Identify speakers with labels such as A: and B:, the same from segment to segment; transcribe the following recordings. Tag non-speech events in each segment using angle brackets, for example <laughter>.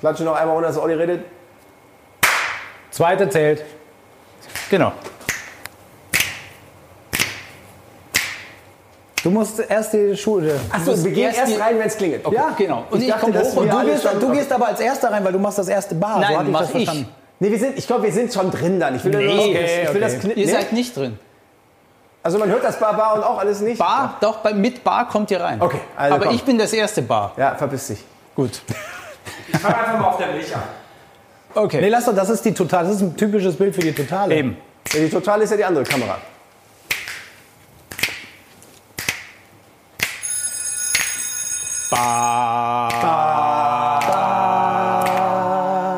A: Klatsche noch einmal, ohne dass Olli redet.
B: Zweite zählt. Genau. Du musst erst die Schule.
A: Achso, wir gehen erst, rein, wenn es klingelt. Okay.
B: Ja, genau. Und ich,
A: dachte,
B: komme
A: dass
B: hoch und
A: wir
B: du
A: alle
B: gehst,
A: schon-
B: du gehst aber als Erster rein, weil du machst das erste Bar.
C: Nein,
B: so hatte
C: mach
B: das
C: ich.
B: verstanden.
A: Nee, wir sind, ich glaube, wir sind schon drin dann. Ich will, nur
C: Nee,
A: das,
C: okay,
A: ich will das
B: okay.
A: Kni-
C: Ihr
A: nee?
C: seid nicht drin.
A: Also man hört das Bar, Bar und auch alles nicht.
C: Bar, doch, bei, mit Bar kommt ihr rein.
A: Okay, also
C: Aber
A: komm.
C: ich bin das erste Bar.
A: Ja, verpiss dich.
C: Gut.
D: Ich fange einfach mal auf der Milch an.
C: Okay.
B: Nee, lass doch, das ist die Total. Das ist ein typisches Bild für die Totale.
C: Eben.
A: Ja, die Totale ist ja die andere Kamera.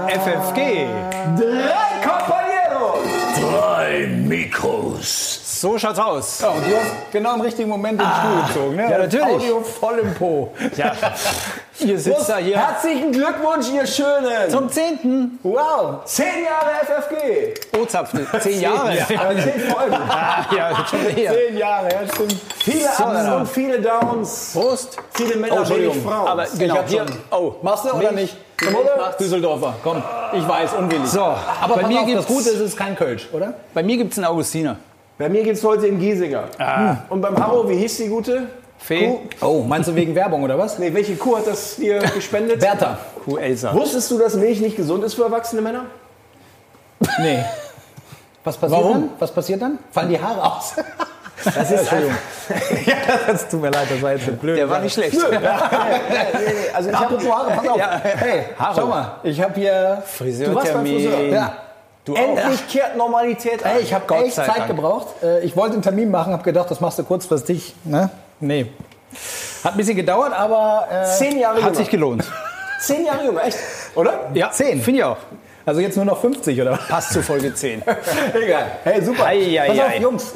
B: FFG.
A: Drei Compañeros!
E: Drei Mikros.
C: So schaut's aus. Ah.
B: Ja, und du hast genau im richtigen Moment den Stuhl gezogen. Ne?
C: ja, natürlich.
B: Audio voll im Po. <laughs>
C: Ihr sitzt da hier.
A: Herzlichen Glückwunsch, ihr Schönen!
C: Zum 10.
A: Wow! Zehn Jahre FFG!
C: <laughs> O-Zapfen. 10 Jahre.
A: Ja, also zehn Folgen.
C: <laughs> ja, schon her.
B: Zehn Jahre, ja, stimmt.
A: Viele Ups und viele Downs. Oh,
C: Prost.
A: Viele Männer, wenig Frauen.
C: Aber genau, hier. Oh,
B: Machst du oder nicht?
C: Milch macht's.
B: Düsseldorfer, komm.
C: ich weiß, unwillig.
B: So, aber
C: bei
B: bei
C: mir
B: mir
C: gibt's-
B: Das Gute ist, es ist kein Kölsch, oder?
C: Bei mir gibt's einen Augustiner.
A: Bei mir gibt's heute den Giesinger.
B: Ah.
A: Und beim Harro, wie hieß die gute?
C: Fee.
B: Oh, meinst du wegen Werbung oder
C: <laughs>
B: was?
A: Nee, welche Kuh hat das
B: <laughs>
A: hier gespendet?
B: Bertha.
C: Kuh Elsa.
A: Wusstest du, dass Milch nicht gesund ist für erwachsene Männer?
B: Nee. Was passiert
C: Warum?
B: dann? Was passiert dann? Fallen die Haare aus?
A: Das ist <laughs> Entschuldigung.
B: ja, das tut mir leid, das war jetzt eine blöde
C: Der war nicht schlecht.
B: <laughs>
A: Also ich
B: Apropos
A: habe
B: Haare, pass <laughs> auf.
C: Ja.
B: Hey,
C: Haare.
B: schau mal, ich habe hier...
A: Du warst beim Friseur.
C: Friseurtermin.
B: Ja.
C: Du
A: endlich kehrt Normalität ein.
B: Hey, ich habe
C: Gott
B: echt
C: sei
B: Zeit
C: Dank.
B: gebraucht. Äh, Ich wollte einen Termin machen, habe gedacht, das machst du kurzfristig. Ne? Nee. Hat ein bisschen gedauert, aber... Äh,
A: Zehn Jahre
C: auch. Hat sich
A: jünger.
C: gelohnt.
A: Zehn Jahre jünger, echt? Oder?
C: Ja.
B: Zehn.
C: Finde ich auch.
B: Also jetzt nur noch 50, oder?
C: Passt zu Folge 10.
B: Egal. Hey, super.
C: Ei, ei,
B: Pass auf,
C: ei.
B: Jungs.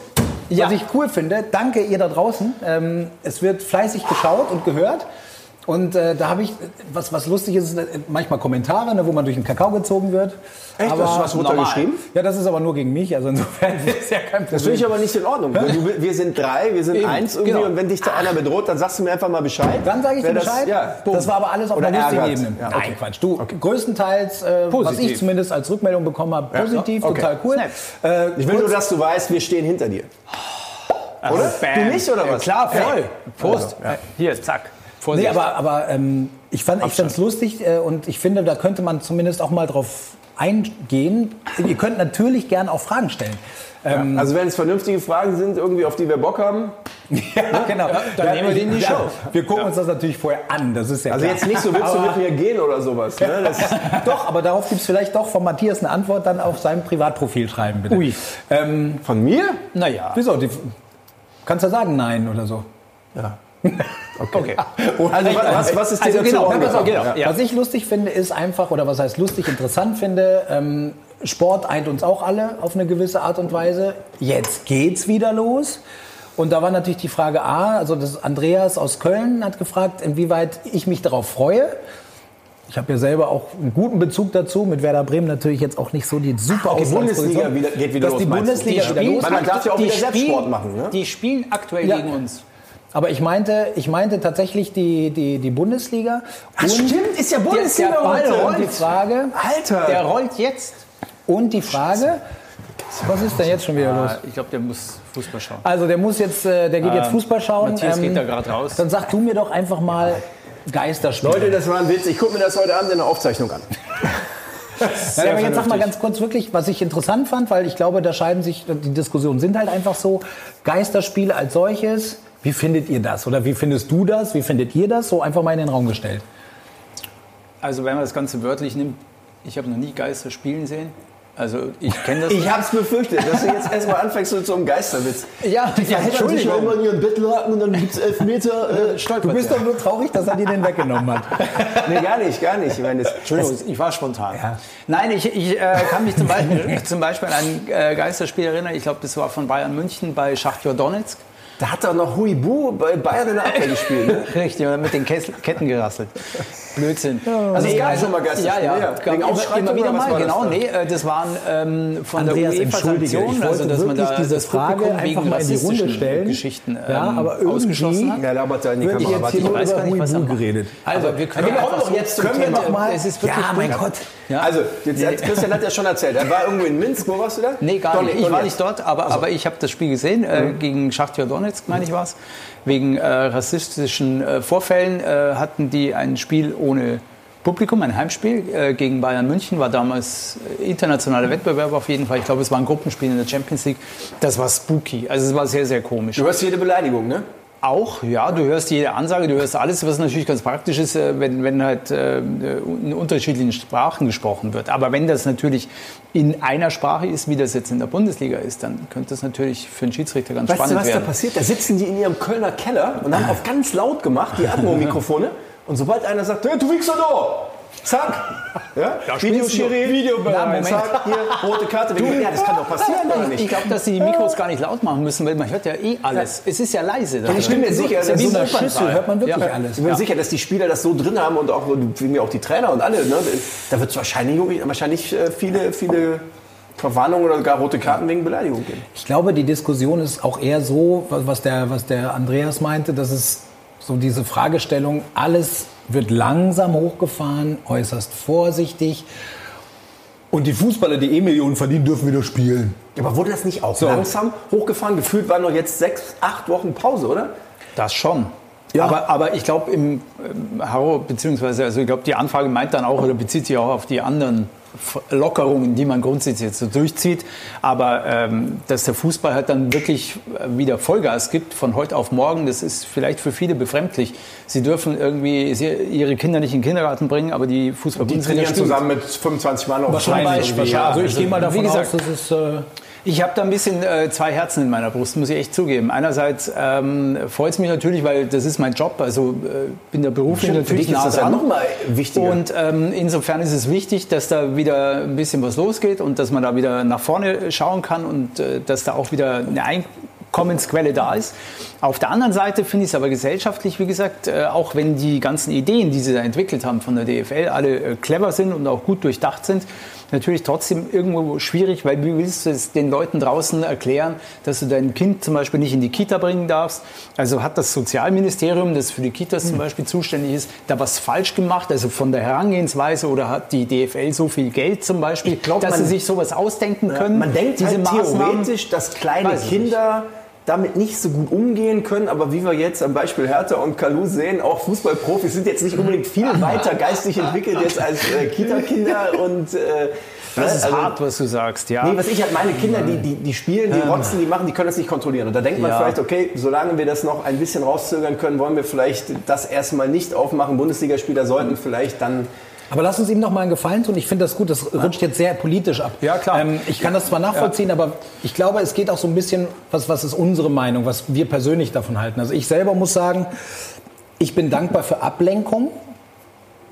B: Was ich cool finde, danke ihr da draußen. Ähm, es wird fleißig geschaut und gehört. Und äh, da habe ich, was, was lustig ist, äh, manchmal Kommentare, ne, wo man durch den Kakao gezogen wird.
A: Echt?
B: Aber
A: Hast du was runtergeschrieben?
B: Ja, das ist aber nur gegen mich. Also
A: <laughs>
B: insofern ist ja kein Problem.
A: Das finde ich aber nicht in Ordnung. Wenn Du, wir sind drei, wir sind
B: Eben,
A: eins irgendwie
B: genau.
A: und wenn dich da einer bedroht, dann sagst du mir einfach mal Bescheid.
B: Dann sage ich
A: Wer
B: dir Bescheid.
A: Das, ja,
B: das war aber alles auf
A: Oder
B: einer lustigen
A: ärgert.
B: Ebene.
A: Ja,
B: Nein, Quatsch. Du, größtenteils, äh, was
C: Positiv.
B: ich zumindest als Rückmeldung bekommen habe, positiv,
A: okay.
B: total cool. Äh,
A: Ich will nur, dass du weißt, wir stehen hinter dir. Oder? Du nicht, oder was?
C: Klar, voll.
A: Also,
C: Prost.
A: ja.
C: Hier, zack.
B: Nee,
C: Vorsicht.
B: aber, aber ähm, ich fand es ganz lustig äh, und ich finde, da könnte man zumindest auch mal drauf eingehen. Ihr könnt natürlich gerne auch Fragen stellen.
A: Also wenn es vernünftige Fragen sind, irgendwie auf die wir Bock haben.
B: Ja, genau.
C: dann nehmen wir die in die Show.
B: Wir gucken uns das natürlich vorher an, das ist ja
A: Also
B: klar.
A: jetzt nicht so, willst du mit mir gehen oder sowas. Ne? Das,
B: doch, aber darauf gibt es vielleicht doch von Matthias eine Antwort dann auf seinem Privatprofil schreiben, bitte.
C: Ui.
B: Ähm,
A: von mir?
C: naja.
B: wieso? Die, kannst ja sagen nein oder so.
A: Ja.
C: Okay.
A: Also was, was, was ist dir
B: Also
A: dazu
B: genau,
A: Ohren
B: pass auf,
A: gekommen?
B: genau.
C: Ja.
B: Was ich lustig finde, ist einfach, oder was heißt lustig, interessant finde, ähm, Sport eint uns auch alle auf eine gewisse Art und Weise. Jetzt geht's wieder los. Und da war natürlich die Frage A, also das Andreas aus Köln hat gefragt, inwieweit ich mich darauf freue. Ich habe ja selber auch einen guten Bezug dazu, mit Werder Bremen natürlich jetzt auch nicht so die super
A: Die
B: Ausgangsposition.
A: Bundesliga wieder, geht wieder
B: Dass
A: los,
B: die
A: meinst du?
B: Bundesliga wieder
C: Die spielt-
B: los
A: Weil man
B: geht.
A: darf ja auch
C: Die
A: wieder selbst
C: spielen-
A: Sport machen, ne?
C: Die spielen aktuell
B: Ja.
C: gegen uns.
B: Aber ich meinte, ich meinte tatsächlich die, die, die Bundesliga.
A: Ach, stimmt, ist ja Bundesliga
B: der Ball
A: heute.
B: Und die Frage,
A: Alter!
C: Der rollt jetzt.
B: und die Frage, was ist denn jetzt schon wieder los?
C: Ah, Ich glaube, der muss Fußball schauen. Ähm,
B: Also der muss jetzt, äh, der geht jetzt Fußball schauen.
C: Ah,
B: ähm,
C: Matthias geht da gerade raus.
B: Dann sag du mir doch einfach mal Geisterspiel.
A: Leute, das war ein Witz. Ich gucke mir das heute Abend in der Aufzeichnung an.
B: Nein, aber jetzt sag mal ganz kurz wirklich, was ich interessant fand, weil ich glaube, da scheiden sich, die Diskussionen sind halt einfach so, Geisterspiele als solches, wie findet ihr das? Oder wie findest du das? Wie findet ihr das? So einfach mal in den Raum gestellt.
C: Also wenn man das Ganze wörtlich nimmt, ich habe noch nie Geister spielen sehen. Also ich kenne das.
A: Ich hab's befürchtet, dass du jetzt erstmal anfängst mit so einem Geisterwitz.
C: ja, ja, Entschuldigung.
A: in ihren Bettlaken und dann gibt's Elfmeter. Äh,
B: Du bist doch nur traurig, dass er dir den weggenommen hat.
A: nee, gar nicht, gar nicht. Ich meine, das,
C: Entschuldigung, ich war spontan. Nein, ich, ich äh, kann mich zum Beispiel, <laughs> zum Beispiel an ein äh, Geisterspiel erinnern. Ich glaube, das war von Bayern München bei Schachtjor Donetsk.
A: da hat doch noch Huibu bei Bayern in der Abwehr gespielt. Ne?
C: Richtig, und dann mit den Kessel, Ketten gerasselt. Blödsinn. Also
A: es gab
C: also-
A: schon mal Geisterspiele,
C: Ja,
A: ja.
C: ja. Gab
A: Wegen
C: immer,
A: Ausschreitungen
C: immer wieder
A: oder was
C: mal,
A: war das
C: genau.
A: da?
C: Nee, äh, das waren ähm, von
B: Andreas,
C: der UEFA
B: entschuldige, ich
C: Sanktionen,
B: wollte
C: also dass man
B: wirklich
C: da
B: diese
C: das
B: Frage
C: Publikum
B: einfach
C: wegen
B: mal in die Runde
C: rassistischen
B: stellen.
C: Geschichten ähm,
B: Ja, aber irgendwie-
C: ausgeschlossen hat.
A: Ja, labert da in die
B: Würde ich
A: Kamera.
B: jetzt hier
A: warte.
B: nur
C: weiß
B: über
C: gar nicht, was er
B: Huibu
C: macht.
B: geredet.
C: Also wir
A: wir
C: können
A: kommen
C: einfach
A: doch
C: so-
A: jetzt zum
C: können wir
A: Thema.
C: doch mal. Es ist wirklich
B: Ja, mein
C: gut.
B: Gott.
C: Ja.
A: Also, jetzt, jetzt, Christian hat ja schon erzählt. Er war irgendwo in Minsk. Wo warst du da?
C: Nee, gar
A: Donny,
C: nicht. Ich
A: Donny. Also. Mhm.
C: war nicht dort, aber, aber ich habe das Spiel gesehen, äh, gegen Schachtjo Donetsk, meine ich war es. Wegen äh, rassistischen äh, Vorfällen äh, hatten die ein Spiel ohne Publikum, ein Heimspiel äh, gegen Bayern München, war damals äh, internationaler Wettbewerb auf jeden Fall. Ich glaube, es war ein Gruppenspiel in der Champions League. Das war spooky, also es war sehr, sehr komisch.
A: Du hörst jede Beleidigung, ne?
C: Auch, ja, du hörst jede Ansage, du hörst alles, was natürlich ganz praktisch ist, äh, wenn, wenn halt äh, in unterschiedlichen Sprachen gesprochen wird. Aber wenn das natürlich in einer Sprache ist, wie das jetzt in der Bundesliga ist, dann könnte das natürlich für einen Schiedsrichter ganz
A: Weißt du,
C: spannend
A: was da
C: werden.
A: passiert? Da sitzen die in ihrem Kölner Keller und haben auf ganz laut gemacht, die <laughs> Atmo-Mikrofone. Und sobald einer sagt, hey, du Wichser da! Zack! Ja? Videoschiri,
C: Na,
A: Videobereich,
C: Moment.
A: zack, hier, rote Karte. Du, ja, das kann doch passieren, oder
C: ich
A: nicht?
C: glaube, dass sie die Mikros gar nicht laut machen müssen, weil man hört ja eh alles. Es ist ja leise. Da
A: Ich bin mir sicher, dass
B: In so
A: die
B: einer
A: Opernfall-
B: Schüssel hört man wirklich
C: Ja.
B: alles.
A: ich bin mir sicher, dass die Spieler das so drin haben und auch, wie auch die Trainer und alle. Ne? Da wird es wahrscheinlich, wahrscheinlich äh, viele, viele Verwarnungen oder gar rote Karten wegen Beleidigung geben.
B: Ich glaube, die Diskussion ist auch eher so, was was der, was der Andreas meinte, dass es so diese Fragestellung, alles wird langsam hochgefahren, äußerst vorsichtig. Und die Fußballer, die eh Millionen verdienen, dürfen wieder spielen.
A: Aber wurde das nicht auch langsam hochgefahren? Gefühlt waren doch jetzt sechs, acht Wochen Pause, oder?
C: Das schon. Aber, aber ich glaube, im ähm, Haro, beziehungsweise, also ich glaube, die Anfrage meint dann auch oder bezieht sich auch auf die anderen F- Lockerungen, die man grundsätzlich jetzt so durchzieht. Aber ähm, dass der Fußball halt dann wirklich äh, wieder Vollgas gibt von heute auf morgen, das ist vielleicht für viele befremdlich. Sie dürfen irgendwie sie, ihre Kinder nicht in den Kindergarten bringen, aber die
A: Die
C: Fußballbundesliga
A: trainieren
C: spielt.
A: zusammen mit 25 Mann auf dem
B: Zum
A: Platz
B: Beispiel,
A: irgendwie,
B: ja.
A: ja.
B: Also ich gehe mal davon
C: wie gesagt,
B: aus, dass es... Äh,
C: Ich habe da ein bisschen äh, zwei Herzen in meiner Brust, muss ich echt zugeben. Einerseits ähm, freut es mich natürlich, weil das ist mein Job, also äh, bin der beruflich
A: Stimmt, für
C: natürlich
A: dich ist
C: nah
A: das ja
C: dran.
A: noch mal wichtiger.
C: Und ähm, insofern ist es wichtig, dass da wieder ein bisschen was losgeht und dass man da wieder nach vorne schauen kann und äh, dass da auch wieder eine Einkommensquelle da ist. Auf der anderen Seite finde ich es aber gesellschaftlich, wie gesagt, äh, auch wenn die ganzen Ideen, die sie da entwickelt haben von der DFL, alle äh, clever sind und auch gut durchdacht sind, natürlich trotzdem irgendwo schwierig, weil wie willst du es den Leuten draußen erklären, dass du dein Kind zum Beispiel nicht in die Kita bringen darfst? Also hat das Sozialministerium, das für die Kitas
A: Hm.
C: zum Beispiel zuständig ist, da was falsch gemacht? Also von der Herangehensweise oder hat die DFL so viel Geld zum Beispiel,
A: glaub,
C: dass sie
A: man-
C: sich sowas ausdenken können?
A: Man denkt
C: diese
A: halt
C: Maßnahmen?
A: theoretisch, dass kleine
C: Weiß ich nicht.
A: Kinder damit nicht so gut umgehen können, aber wie wir jetzt am Beispiel Hertha und Kalu sehen, auch Fußballprofis sind jetzt nicht unbedingt viel
C: Ah.
A: weiter geistig entwickelt jetzt als äh,
C: <laughs>
A: Kita-Kinder und äh,
C: Das ist
A: also-
C: hart, was du sagst, ja.
A: Nee, was ich halt meine, Kinder, die, die, die spielen, die rotzen, die machen, die können das nicht kontrollieren. Und da denkt man
C: Ja.
A: vielleicht, okay, solange wir das noch ein bisschen rauszögern können, wollen wir vielleicht das erstmal nicht aufmachen. Bundesligaspieler sollten vielleicht dann
B: Aber lass uns ihm noch mal einen Gefallen tun. Ich finde das gut, das rutscht jetzt sehr politisch ab. Ähm,
C: Ja, klar.
B: ich kann das zwar nachvollziehen, aber ich glaube, es geht auch so ein bisschen, was, was ist unsere Meinung, was wir persönlich davon halten. Also ich selber muss sagen, ich bin dankbar für Ablenkung.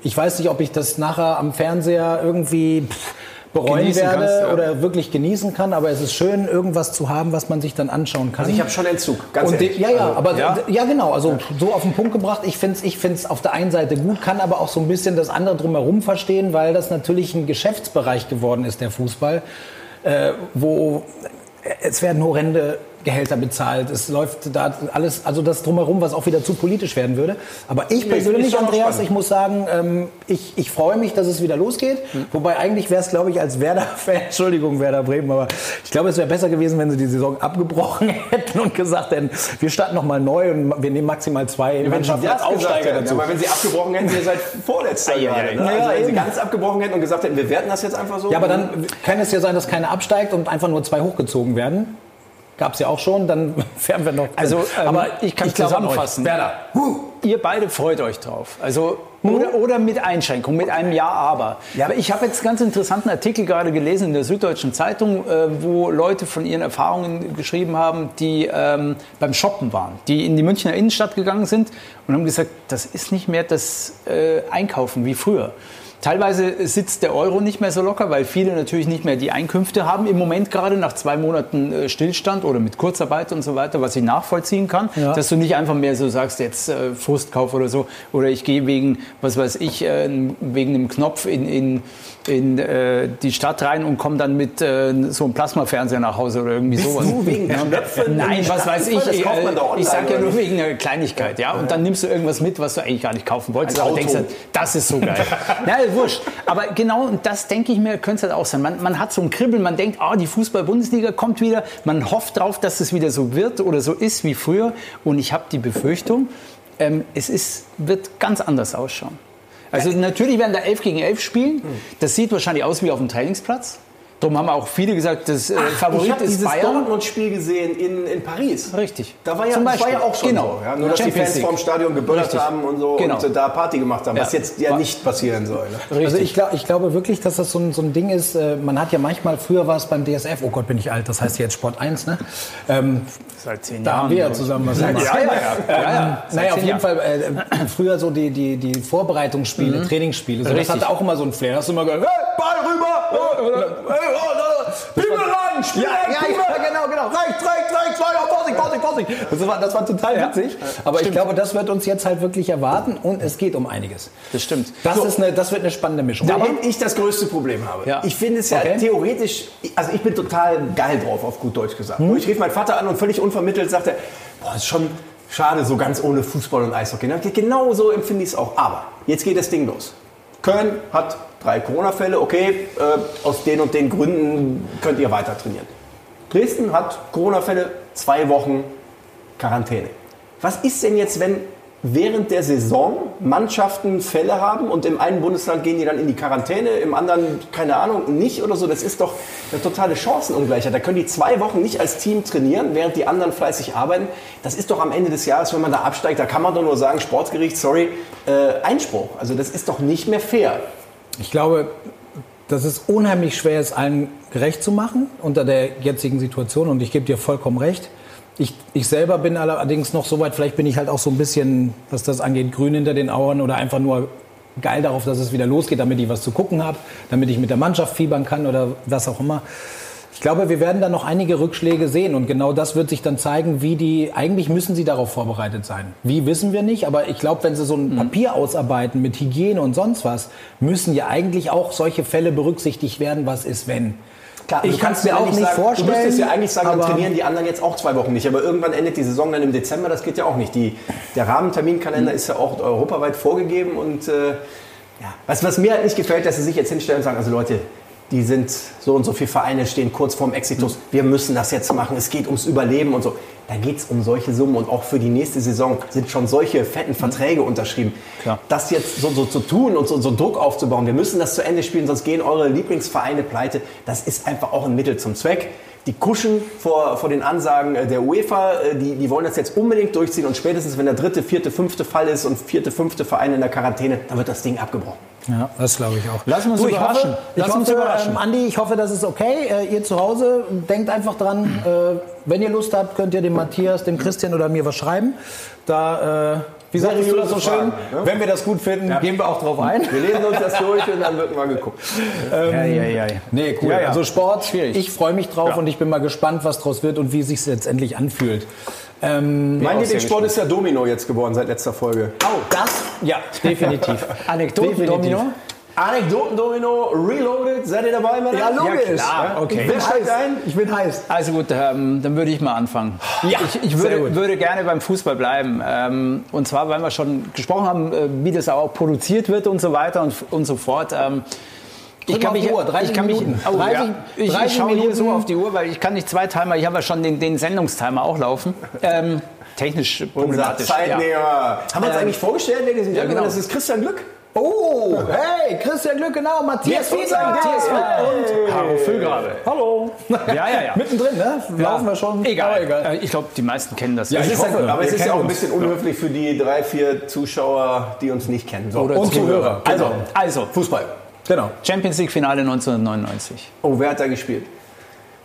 B: Ich weiß nicht, ob ich das nachher am Fernseher irgendwie pff, bereuen
C: Genießen
B: werde
C: kannst, ja.
B: oder wirklich genießen kann, aber es ist schön, irgendwas zu haben, was man sich dann anschauen kann.
A: Also ich habe schon Entzug, ganz
B: Und
A: ehrlich.
B: de- ja, ja, aber
C: ja.
B: ja. genau, also so auf den Punkt gebracht, ich finde es ich find's auf der einen Seite gut, kann aber auch so ein bisschen das andere drumherum verstehen, weil das natürlich ein Geschäftsbereich geworden ist, der Fußball, äh, wo es werden horrende Gehälter bezahlt, es läuft da alles, also das drumherum, was auch wieder zu politisch werden würde. Aber ich
A: ich
B: persönlich,
A: schon
B: Andreas,
A: spannend.
B: ich muss sagen, ähm, ich, ich freue mich, dass es wieder losgeht.
A: Hm.
B: Wobei eigentlich wäre es, glaube ich, als Werder-Fan, <laughs> Entschuldigung, Werder Bremen, aber ich glaube, es wäre besser gewesen, wenn sie die Saison abgebrochen <laughs> hätten und gesagt hätten, wir starten nochmal neu und wir nehmen maximal zwei Mannschaften als Aufsteiger dazu.
A: Aber wenn sie abgebrochen hätten, ihr seid vorletzter gerade. Ne?
B: Ja,
A: Also wenn sie
B: eben.
A: ganz abgebrochen hätten und gesagt hätten, wir werten das jetzt einfach so.
B: Ja, aber dann kann es ja sein, dass keiner absteigt und einfach nur zwei hochgezogen werden. Gab es ja auch schon, dann <laughs> wären wir noch.
C: Also, ähm,
B: aber
C: ich kann
B: glaub an euch.
C: zusammenfassen.
B: Werder.
C: ihr beide freut euch drauf. Also oder, oder mit Einschränkung, mit einem Ja, aber. aber ich habe jetzt einen ganz interessanten Artikel gerade gelesen in der Süddeutschen Zeitung, äh, wo Leute von ihren Erfahrungen geschrieben haben, die ähm, beim Shoppen waren, die in die Münchner Innenstadt gegangen sind und haben gesagt, das ist nicht mehr das äh, Einkaufen wie früher. Teilweise sitzt der Euro nicht mehr so locker, weil viele natürlich nicht mehr die Einkünfte haben. Im Moment gerade nach zwei Monaten äh, Stillstand oder mit Kurzarbeit und so weiter, was ich nachvollziehen kann,
B: Ja.
C: dass du nicht einfach mehr so sagst, jetzt äh, Frustkauf oder so. Oder ich gehe wegen, was weiß ich, äh, wegen einem Knopf in, in, in äh, die Stadt rein und komme dann mit äh, so einem Plasmafernseher nach Hause oder irgendwie
A: Bist
C: sowas.
A: du wegen
C: Ja.
A: Knöpfen in
C: Nein,
A: die
C: was
A: Stadt
C: weiß ich. äh,
A: gefahren? Das kauft man doch online,
C: ich sage ja
A: oder
C: nur
A: nicht?
C: wegen einer Kleinigkeit, ja. Und dann nimmst du irgendwas mit, was du eigentlich gar nicht kaufen wolltest,
A: Ein
C: aber
A: Auto.
C: denkst halt, das ist so geil.
A: <laughs>
C: Na, wurscht. Aber genau das, denke ich mir, könnte es halt auch sein. Man, man hat so ein Kribbeln, man denkt, ah, die Fußball-Bundesliga kommt wieder. Man hofft drauf, dass es wieder so wird oder so ist wie früher. Und ich habe die Befürchtung, ähm, es ist, wird ganz anders ausschauen. Also natürlich werden da 11 gegen 11 spielen. Das sieht wahrscheinlich aus wie auf dem Trainingsplatz. Darum haben auch viele gesagt, das äh,
A: ich
C: Favorit
A: habe
C: ist
A: dieses
C: Bayern.
A: Dortmund-Spiel gesehen in, in Paris.
C: Richtig.
A: Da war ja,
C: Zum
A: das war
C: Beispiel.
A: ja auch schon
C: Genau.
A: so. Ja? Nur, dass die
C: Champions
A: Fans
C: League.
A: vorm Stadion geböllert
C: Richtig.
A: haben und so
C: Genau.
A: und da Party gemacht haben, was
C: Ja.
A: jetzt ja
C: War-
A: nicht passieren soll. Ne?
B: Also ich, glaub, ich glaube wirklich, dass das so ein, so ein Ding ist. äh, Man hat ja manchmal, früher war es beim DSF, oh Gott, bin ich alt, das heißt jetzt Sport 1, ne? Ähm,
C: Seit zehn
B: da haben wir ja
C: glaub ich.
B: zusammen was gemacht. Ähm,
C: Ja, ja, ja. ja, ja.
B: Naja, auf
C: zehn
B: jeden
C: Jahren.
B: Fall äh, früher so die, die, die Vorbereitungsspiele, Trainingsspiele. So, das
C: Mhm. Richtig.
B: hatte auch immer so einen Flair. Da hast du immer gehört, hey, Ball rüber! Hey, hey, oh, da, Pimmel ran! Spiel
A: Ja,
B: rein,
A: ja,
B: Pimmel!
A: ja,
B: genau, genau. Rechts, rechts, rechts, weiter, Vorsicht, Vorsicht, Vorsicht! Das war, das war total witzig. Aber ich glaube, das wird uns jetzt halt wirklich erwarten und es geht um einiges.
C: Das stimmt.
B: Das, ist eine, das wird eine spannende Mischung.
A: Worin ich das größte Problem habe.
C: Ja.
A: Ich finde es ja
B: Okay.
A: theoretisch, also ich bin total geil drauf, auf gut Deutsch gesagt. Ich rief meinen Vater an und völlig unvermittelt sagte, er, boah, ist schon schade, so ganz ohne Fußball und Eishockey. Und Genau so empfinde ich es auch. Aber jetzt geht das Ding los. Köln hat drei Corona-Fälle, okay, äh, aus den und den Gründen könnt ihr weiter trainieren. Dresden hat Corona-Fälle, zwei Wochen Quarantäne. Was ist denn jetzt, wenn während der Saison Mannschaften Fälle haben und im einen Bundesland gehen die dann in die Quarantäne, im anderen, keine Ahnung, nicht oder so? Das ist doch eine totale Chancenungleichheit. Da können die zwei Wochen nicht als Team trainieren, während die anderen fleißig arbeiten. Das ist doch am Ende des Jahres, wenn man da absteigt, da kann man doch nur sagen, Sportgericht, sorry, äh, Einspruch. Also das ist doch nicht mehr fair.
B: Ich glaube, dass es unheimlich schwer ist, allen gerecht zu machen unter der jetzigen Situation. Und ich gebe dir vollkommen recht. Ich, ich selber bin allerdings noch so weit, vielleicht bin ich halt auch so ein bisschen, was das angeht, grün hinter den Augen oder einfach nur geil darauf, dass es wieder losgeht, damit ich was zu gucken habe, damit ich mit der Mannschaft fiebern kann oder was auch immer. Ich glaube, wir werden da noch einige Rückschläge sehen und genau das wird sich dann zeigen, wie die, eigentlich müssen sie darauf vorbereitet sein. Wie wissen wir nicht, aber ich glaube, wenn sie so
A: Mhm.
B: ein Papier ausarbeiten mit Hygiene und sonst was, müssen ja eigentlich auch solche Fälle berücksichtigt werden, was ist wenn.
A: Klar,
B: Ich
A: du
B: kann's
A: kannst
B: mir
A: ja
B: auch nicht
A: sagen,
B: vorstellen,
A: Du müsstest ja eigentlich sagen, dann
B: aber-
A: trainieren die anderen jetzt auch zwei Wochen nicht. Aber irgendwann endet die Saison dann im Dezember. Das geht ja auch nicht. Die, der
B: Hm.
A: Rahmenterminkalender ist ja auch europaweit vorgegeben. Und äh, ja, was, was mir halt nicht gefällt, dass sie sich jetzt hinstellen und sagen, also Leute, die sind so und so viele Vereine stehen kurz vorm Exitus. Wir müssen das jetzt machen. Es geht ums Überleben und so. Da geht es um solche Summen und auch für die nächste Saison sind schon solche fetten Verträge unterschrieben.
C: Klar.
A: Das jetzt so, so zu tun und so, so Druck aufzubauen, wir müssen das zu Ende spielen, sonst gehen eure Lieblingsvereine pleite, das ist einfach auch ein Mittel zum Zweck. Die kuschen vor, vor den Ansagen äh, der UEFA, äh, die, die wollen das jetzt unbedingt durchziehen und spätestens, wenn der dritte, vierte, fünfte Fall ist und vierte, fünfte Verein in der Quarantäne, dann wird das Ding abgebrochen.
B: Ja, das glaube ich auch.
C: Lassen wir uns
B: Du, ich
C: überraschen.
B: Hoffe, ich
C: Lassen wir uns
B: hoffe,
C: überraschen.
B: Ähm, Andi, ich hoffe, das ist okay. Äh, ihr zu Hause, denkt einfach dran, äh, wenn ihr Lust habt, könnt ihr dem Matthias, dem Christian oder mir was schreiben. Da, äh, wie sagst du das so
A: Seriöse
B: schön?
A: Fragen, ne?
B: Wenn wir das gut finden, gehen wir auch drauf ein.
A: Wir lesen uns das durch und dann wird mal geguckt.
B: Ähm, Nee, cool.
C: Ja, ja.
B: Also Sport,
C: Schwierig.
B: ich freue mich drauf
C: Ja.
B: und ich bin mal gespannt, was draus wird und wie es sich letztendlich anfühlt. Ähm,
A: Mein
C: auch
A: Lieblingssport ist ja Domino jetzt geworden seit letzter Folge.
B: das? Ja, definitiv.
C: <laughs> Anekdoten, Domino?
A: Anekdoten-Domino, Reloaded, seid ihr dabei, Männer?
B: Ja, logisch.
C: klar.
B: Okay.
C: Okay.
B: Ich bin
A: Wer steigt
B: heiß.
A: ein?
B: Ich bin heiß.
C: Also gut, ähm, dann würde ich mal anfangen.
B: Ja,
C: ich, ich
B: sehr gut.
C: würde, würde gerne beim Fußball bleiben. Ähm, und zwar, weil wir schon gesprochen haben, äh, wie das auch produziert wird und so weiter und, und so fort. Ähm, ich
B: mal auf die Uhr, 30
C: ich kann mich,
B: Minuten.
C: oh,
B: 30
C: ja. ich,
B: 30
C: ich schaue hier so
B: Minuten.
C: auf die Uhr, weil ich kann nicht zwei Timer, ich habe ja schon den, den Sendungstimer auch laufen. Ähm, technisch
A: Unser
C: problematisch. ja.
A: Zeitnehmer. Ähm, Haben wir uns eigentlich vorgestellt, Ladies and Gentlemen,
C: genau.
A: das ist Christian Glück.
B: Oh, hey, Christian Glück, genau, Matthias
A: Jetzt unser
B: Fieser.
A: Matthias
B: und
C: Caro Füllgrabe.
B: Hallo.
C: Ja, ja, ja.
B: Mittendrin, ne? Laufen wir schon.
C: Egal.
B: Aber egal.
C: Äh, Ich glaube, die meisten kennen das.
A: Es
C: ich
A: ist
C: hoffe,
A: ja, aber
C: wir
A: es ist
C: kennen
A: ja auch ein
C: uns.
A: bisschen unhöflich für die drei, vier Zuschauer, die uns nicht kennen. So.
C: Oder
A: und Zuhörer.
B: Zuhörer.
C: Also,
A: Genau.
C: also,
A: Fußball.
B: Genau.
C: Champions League Finale 1999.
A: Oh, wer hat da gespielt?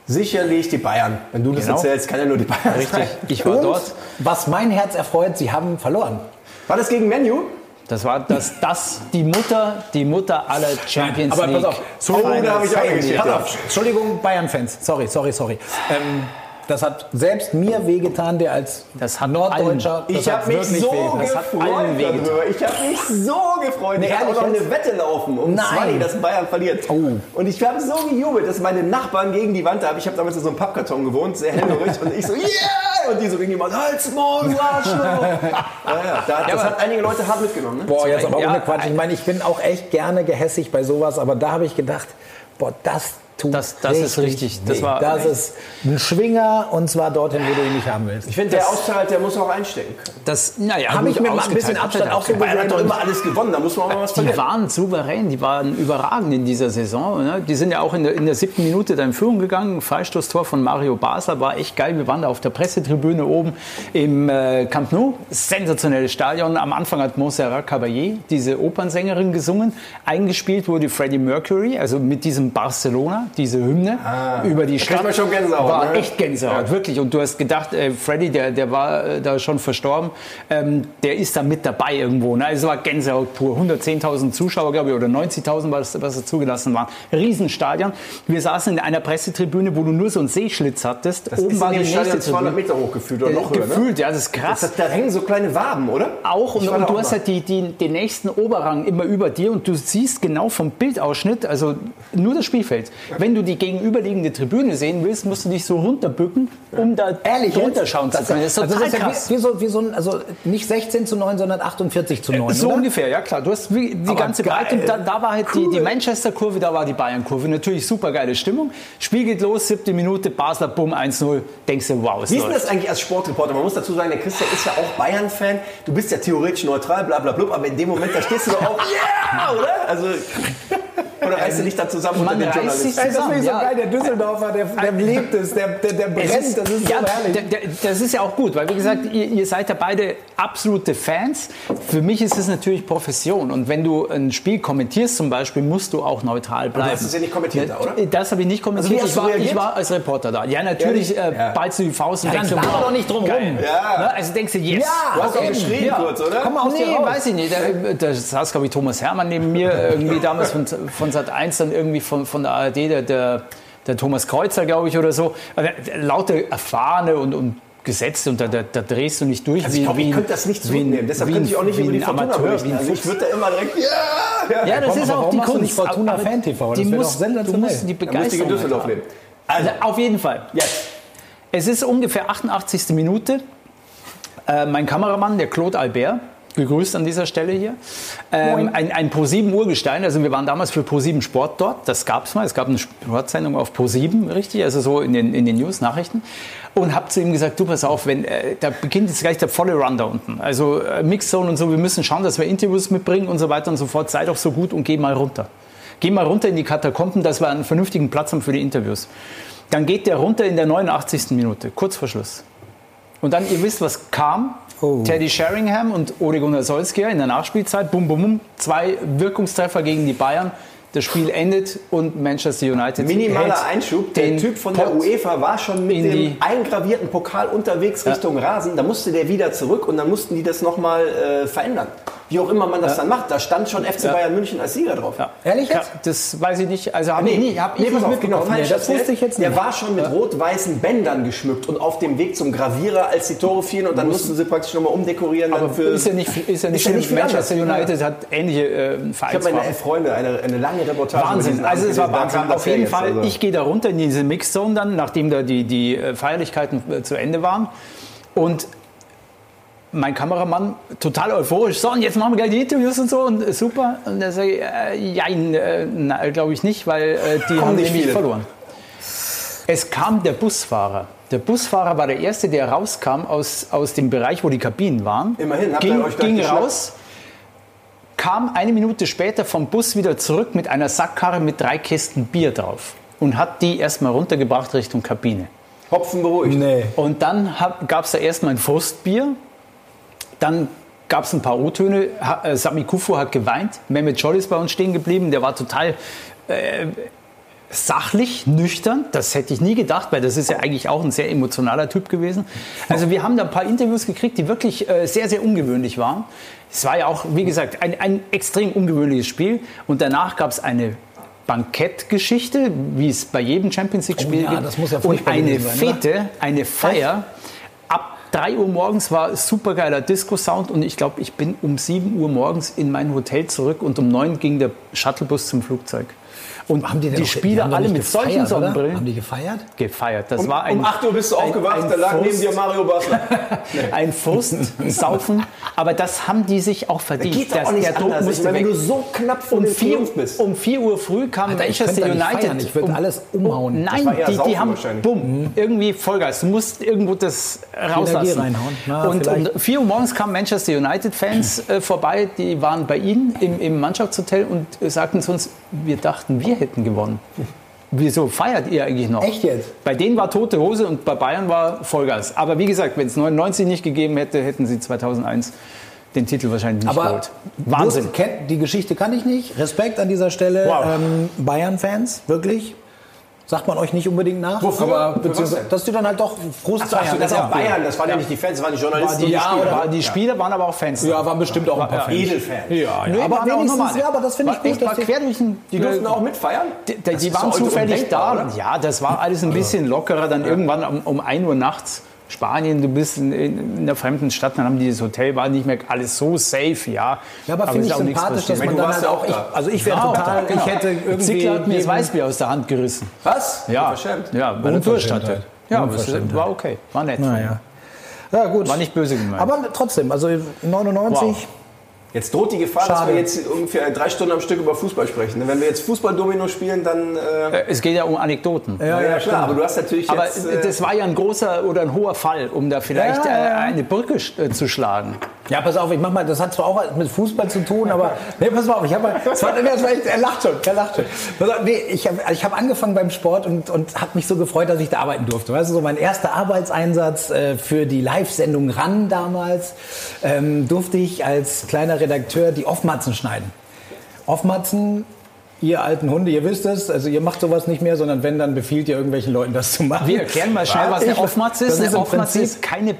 A: Sicherlich die Bayern. Wenn du das
C: Genau.
A: erzählst, kann ja nur die Bayern
C: Richtig.
A: sein.
C: Ich war
B: und
C: dort.
B: Was mein Herz erfreut, sie haben verloren.
A: War das gegen Menu?
C: Das war das, das die Mutter, die Mutter aller Champions
B: Aber
C: League.
B: pass auf,
A: So, da habe ich auch eine Geschichte.
B: Pass auf, Entschuldigung, Bayern-Fans. Sorry, sorry, sorry. Ähm, das hat selbst mir wehgetan, der als
C: Das hat
B: Norddeutscher.
C: allen-
B: das
A: Ich
B: hat
A: habe mich
B: wirklich
A: so
B: wehgetan. Das hat allen
A: gefreut
B: wehgetan.
A: darüber. Ich habe mich so gefreut. ich hatte
B: ehrlich
A: auch noch
B: jetzt?
A: eine Wette laufen um
B: Nein.
A: zwei, dass Bayern verliert.
B: Oh.
A: Und ich habe so gejubelt, dass meine Nachbarn gegen die Wand haben. Ich habe damals in so einem Pappkarton gewohnt, sehr hellhörig. und ich
B: <laughs>
A: so, yeah! Und die so gegen die Wand, halt's Maul, du Arschloch! ja, ja, da, das hat einige Leute hart mitgenommen. Ne?
B: Boah, jetzt aber
C: Ja,
B: ohne Quatsch. Ich meine, ich bin auch echt gerne gehässig bei sowas, aber da habe ich gedacht, boah, das tut
C: Das- das ist richtig. Das
B: Das,
C: war-
B: das ist ein Schwinger und zwar dorthin, wo du ihn nicht haben willst.
A: Ich finde, der auszahlt, der muss auch einstecken können.
C: Das, naja,
B: Hab
C: gut,
B: ich mit ein
C: ausgeteilt,
B: bisschen Abstand
C: abgeteilt.
B: auch so
A: Bayern hat doch
B: und-
A: immer alles gewonnen, da muss man auch mal was
C: Die
A: verlieren.
C: waren souverän, die waren überragend in dieser Saison. Ne? Die sind ja auch in der, in der siebten Minute dann in Führung gegangen. Freistoßtor von Mario Basler war echt geil. Wir waren da auf der Pressetribüne oben im äh, Camp Nou. Sensationelles Stadion. Am Anfang hat Montserrat Caballé, diese Opernsängerin, gesungen. Eingespielt wurde Freddie Mercury, also mit diesem Barcelona, diese Hymne über die
A: Ah. kriegt
C: Stadt.
A: man schon Gänsehaut,
C: War
A: ne?
C: echt Gänsehaut, wirklich. Und du hast gedacht, äh, Freddy, der, der war äh, da schon verstorben, ähm, der ist da mit dabei irgendwo. Ne? Also es war Gänsehaut pur. 110.000 Zuschauer, glaube ich, oder 90.000, was, was da zugelassen waren. Riesenstadion. Wir saßen in einer Pressetribüne, wo du nur so einen Seeschlitz hattest.
A: Das ist in dem Stadion 200
C: Tribüne.
A: Meter hoch gefühlt oder noch höher, ne?
C: Gefühlt, ja, das ist krass
A: Das, da hängen so kleine Waben, oder?
C: auch und,
A: Ich war da
C: und du
A: auch
C: hast
A: mal.
C: halt die, die, den nächsten Oberrang immer über dir und du siehst genau vom Bildausschnitt, also nur das Spielfeld. Wenn du die gegenüberliegende Tribüne sehen willst, musst du dich so runterbücken, um da
B: Ehrlich, jetzt?
C: runterschauen zu
B: das,
C: können. Das ist total
B: also das ist ja
C: krass.
B: Wie, wie so, wie so ein, also nicht 16 zu 9, sondern 48 zu 9.
C: Äh, So
B: oder?
C: ungefähr, ja klar. Du hast wie, die
B: Aber
C: ganze Breite.
B: geil.
C: Und da, da war halt
B: Cool.
C: die, die Manchester-Kurve, da war die Bayern-Kurve. Natürlich super geile Stimmung. Spiel geht los, siebte Minute, Basler, bumm, 1-0. Denkst du, wow, es
A: Wie ist denn
C: läuft.
A: das eigentlich als Sportreporter? Man muss dazu sagen, der Christian ist ja auch Bayern-Fan. Du bist ja theoretisch neutral, bla bla bla, aber in dem Moment, da stehst du doch
C: <laughs>
A: auch, yeah, oder? Also, oder reißt du dich da zusammen unter
C: Man
A: den
C: reißt sich
A: Journalisten?
B: Ey, das finde ich so
C: Ja.
B: geil. Der Düsseldorfer, der, der lebt es, der, der, der brennt.
C: Es
B: das ist so
C: ja,
B: herrlich.
C: d- d- Das ist ja auch gut, weil wie gesagt, ihr, ihr seid ja beide absolute Fans. Für mich ist es natürlich Profession und wenn du ein Spiel kommentierst zum Beispiel, musst du auch neutral bleiben.
A: hast es ja nicht kommentiert da, oder?
C: Das habe ich nicht
A: Also wie
C: kommentiert.
A: hast
C: ich,
A: du
C: war, ich
A: reagiert?
C: war als Reporter da. Ja, natürlich äh,
A: Ja.
C: ballst du die Faust und
B: Ja,
C: denkst,
B: dann
C: du,
B: laber doch nicht drum rum.
C: geil.
A: Ja.
C: Ne? Also denkst du, yes.
B: Ja,
A: Du hast auch
B: Okay.
A: geschrien
C: Ja.
A: kurz, oder?
B: Komm mal aus
C: nee,
B: dir raus.
C: weiß ich nicht. Da, da saß, glaube ich, Thomas Hermann neben mir, irgendwie damals von, von Sat 1, dann irgendwie von, von der ARD, der, der, der Thomas Kreuzer, glaube ich, oder so. Also, Laute Erfahrene und, und Gesetze und da, da, da drehst du nicht durch.
A: Also ich glaube, ich
C: ein-
A: könnte das nicht
C: wie ein-
A: zurücknehmen. Deshalb
C: wie ein-
A: könnte ich auch nicht
C: wie
A: über die
C: ein
A: Fortuna
C: Amateur, wie
A: berichten.
C: ein
A: Also ich würde da immer direkt, yeah!
C: Ja, das
B: Komm,
C: ist
B: aber
C: auch
B: warum
C: die
B: machst du
C: Kunst.
B: nicht Fortuna
C: Aber
B: Fan-TV? Das
C: Die
B: wär doch
C: musst, du
B: sensationell.
A: Da musst du
C: musst die
A: in
C: Begeisterung halt
A: Düsseldorf
C: haben.
A: leben. Also,
C: Auf jeden Fall.
A: jetzt.
C: Es ist ungefähr 88. Minute. Äh, mein Kameramann, der Claude Albert, gegrüßt an dieser Stelle hier. Ähm, ein ein Pro7 Urgestein, also wir waren damals für Pro7 Sport dort, das gab es mal, es gab eine Sportsendung auf Pro7, richtig, also so in den, in den News-Nachrichten. Und habe zu ihm gesagt, du pass auf, wenn, äh, da beginnt jetzt gleich der volle Run da unten. Also äh, Mixzone und so, wir müssen schauen, dass wir Interviews mitbringen und so weiter und so fort. Sei doch so gut und geh mal runter. Geh mal runter in die Katakomben, dass wir einen vernünftigen Platz haben für die Interviews. Dann geht der runter in der 89. Minute, kurz vor Schluss. Und dann, ihr wisst, was kam.
B: Oh.
C: Teddy Sheringham und Ole Gunnar Solskjaer in der Nachspielzeit. Bum, bum, bum. Zwei Wirkungstreffer gegen die Bayern. Das Spiel endet und Manchester United
A: Minimaler
C: hält
A: Einschub. Der
C: den
A: Typ von der
C: Pott.
A: UEFA war schon mit
C: in
A: dem
C: die-
A: eingravierten Pokal unterwegs Richtung Rasen. Da musste der wieder zurück und dann mussten die das nochmal äh, verändern. Wie auch immer man das dann macht. Da stand schon FC Bayern München als Sieger drauf. Ah,
C: Ja.
B: Ehrlich
C: Ja,
B: jetzt?
C: das weiß ich nicht. Also, hab ich nicht. Hab ich
A: pass
C: nicht
A: auf, genau,
C: mitbekommen.
A: falsch
B: Nee, das
A: erzählt.
B: wusste ich jetzt
A: Der
B: nicht.
A: war schon mit rot-weißen Bändern geschmückt und auf dem Weg zum Gravierer, als die Tore fielen und dann mussten sie praktisch nochmal umdekorieren. dann
C: Aber
A: für-
C: ist ja nicht, ist ja nicht,
A: Ist ja
C: schlimm.
A: nicht viel
C: Manchester
A: anders.
C: United hat ähnliche
A: Ich
C: äh,
A: habe meine
C: Vereinsfarben.
A: elf Freunde eine, eine lange Reportage. über
C: Wahnsinn.
A: diesen
C: Also
A: Abend
C: es war
A: gelesen. Da
C: Wahnsinn.
A: kam das
C: Auf
A: her
C: jeden
A: jetzt,
C: Fall,
A: also.
C: ich gehe da runter in diese Mixzone dann, nachdem da die, die äh, Feierlichkeiten äh, zu Ende waren. Und mein Kameramann total euphorisch, so und jetzt machen wir gleich die Interviews und so und äh, super. Und dann sage ich, äh, jein, äh, glaube ich nicht, weil äh, die haben
A: nicht
C: nämlich
A: viele.
C: verloren. Es kam der Busfahrer. Der Busfahrer war der Erste, der rauskam aus, aus dem Bereich, wo die Kabinen waren.
A: Immerhin, habt ihr
C: ging,
A: euch gleich
C: ging
A: geschnappt?
C: raus, kam eine Minute später vom Bus wieder zurück mit einer Sackkarre mit drei Kisten Bier drauf und hat die erstmal runtergebracht Richtung Kabine.
A: Hopfen beruhigt.
B: Nee.
C: Und dann gab es da erstmal ein Frustbier, dann gab es ein paar O-Töne. Ha- äh, Sami Kufu hat geweint, Mehmet Scholl ist bei uns stehen geblieben, der war total sachlich, nüchtern. Das hätte ich nie gedacht, weil das ist ja eigentlich auch ein sehr emotionaler Typ gewesen. Also wir haben da ein paar Interviews gekriegt, die wirklich äh, sehr, sehr ungewöhnlich waren. Es war ja auch, wie gesagt, ein, ein extrem ungewöhnliches Spiel. Und danach gab es eine Bankettgeschichte, wie es bei jedem Champions League-Spiel
B: Oh ja,
C: gibt.
B: das muss ja
C: Und
B: furchtbar
C: eine
B: gewesen sein, oder?
C: Fete, eine Feier. Ab 3 Uhr morgens war supergeiler Disco-Sound und ich glaube, ich bin um 7 Uhr morgens in mein Hotel zurück und um 9 ging der Shuttlebus zum Flugzeug. Und haben die,
B: denn auch-
C: Spieler
B: haben doch
C: alle
B: nicht
C: mit solchen
B: gefeiert, oder?
C: Sonnenbrillen
B: Haben die gefeiert?
C: gefeiert. Das
A: Um,
C: war ein,
A: um 8 Uhr bist du
C: ein-
A: aufgewacht,
C: ein
A: da lag neben
C: Frust.
A: dir Mario Basler.
C: ein Frust, Saufen, aber das haben <laughs> die sich auch verdient.
A: Geht doch
C: Das-
A: auch nicht
C: der Druck
A: anders. Ich
C: musste
A: meine,
C: weg.
A: wenn du so knapp vor
C: um
A: dem
C: 4,
A: Triumph bist.
C: um 4 Uhr früh kam
B: Alter, ich könnte
C: Manchester
B: da nicht
C: United.
B: feiern. Ich würde
C: um,
B: alles umhauen.
A: Das war
C: Nein,
A: eher
C: die, die
A: Saufen
C: haben
A: wahrscheinlich.
C: bumm, irgendwie Vollgas. Du musst irgendwo das
B: Energie
C: rauslassen.
B: reinhauen. Na,
C: und um
B: vielleicht.
C: 4 Uhr morgens kamen Manchester United-Fans äh, vorbei, die waren bei ihnen im, im Mannschaftshotel und äh, sagten zu uns, wir dachten, wir hätten gewonnen. Wieso feiert ihr eigentlich noch?
B: Echt jetzt?
C: Bei denen war tote Hose und bei Bayern war Vollgas. Aber wie gesagt, wenn es 99 nicht gegeben hätte, hätten sie 2001 den Titel wahrscheinlich nicht
B: Aber
C: geholt. Wahnsinn.
B: Das Kennt, die Geschichte kann ich nicht. Respekt an dieser Stelle.
A: Wow.
B: Ähm, Bayern-Fans, wirklich. Sagt man euch nicht unbedingt nach.
A: Wofür?
B: Aber
A: Für was
B: beziehungsweise,
A: denn?
B: dass die dann halt doch Frust
A: Ach so,
B: feiern.
A: das
B: Das
A: war
B: auch
A: Bayern, das waren ja nicht die Fans, das waren die Journalisten. die
C: ja,
A: gespielt
C: oder
B: ne?
A: haben.
C: die Spieler waren aber auch Fans.
B: Ja, waren bestimmt auch ein paar
A: Ja,
B: Fans.
A: Edelfans.
B: Ja, ja.
C: Nee,
B: aber
C: waren auch
B: wenigstens,
C: normale.
B: ja, aber das finde ich
C: War-
B: gut.
C: war
B: Dass die,
C: quer durch den,
A: Die durften auch mitfeiern?
C: Die, die,
A: Das ist
C: waren
A: doch
C: zufällig da.
A: undenkbar, oder?
C: Ja, das war alles ein bisschen lockerer. Dann irgendwann um, um 1 Uhr nachts, Spanien, du bist in, in, in einer fremden Stadt, dann haben die das Hotel, war nicht mehr alles so safe, ja.
B: ja, aber finde
C: ist
B: ich
C: auch nichts
B: sympathisch, dass
C: passiert.
B: man
A: Du
B: dann
A: warst
B: halt
A: ja
B: auch.
A: auch
B: Ich,
A: da.
B: also ich wäre total. Ich hätte irgendwie.
C: Genau, Zickler hat mir das
B: jedem-
C: Weißbier aus der Hand gerissen.
A: Was?
C: Ja,
A: Unverschämt.
C: ja, unverstanden.
B: Unverschämtheit.
C: Ja, aber es
B: Unverschämtheit.
C: war okay, war nett.
B: Naja. Ah, Ja, gut.
C: War nicht böse gemeint.
B: Aber trotzdem, also 99.
C: Wow.
A: Jetzt droht die Gefahr, dass
B: Schade.
A: wir jetzt ungefähr drei Stunden am Stück über Fußball sprechen. Wenn wir jetzt Fußball-Domino spielen, dann... Äh,
C: Äh, es geht ja um Anekdoten.
A: na ja, klar, aber du hast natürlich
C: Aber
A: jetzt... äh,
C: das war ja ein großer oder ein hoher Fall, um da vielleicht
B: Ja, ja, ja.
C: äh, eine Brücke äh, zu schlagen.
B: Ja, pass auf, ich mach mal, das hat zwar auch mit Fußball zu tun, aber. Nee, pass mal auf, ich habe mal. Das war, nee, das war echt, er lacht schon, er lacht schon. Pass auf, nee, ich habe ich hab angefangen beim Sport und, und habe mich so gefreut, dass ich da arbeiten durfte. Weißt du, so mein erster Arbeitseinsatz äh, für die Live-Sendung RAN damals, ähm, durfte ich als kleiner Redakteur die Offmatzen schneiden. Offmatzen, ihr alten Hunde, ihr wisst es, also ihr macht sowas nicht mehr, sondern wenn, dann befiehlt ihr irgendwelchen Leuten das zu machen.
C: Wir erklären mal schnell, was
B: Ich-
C: eine Offmatz ist.
B: Das ist
C: Eine
B: im
C: Offmatz
B: Prinzip-
C: ist keine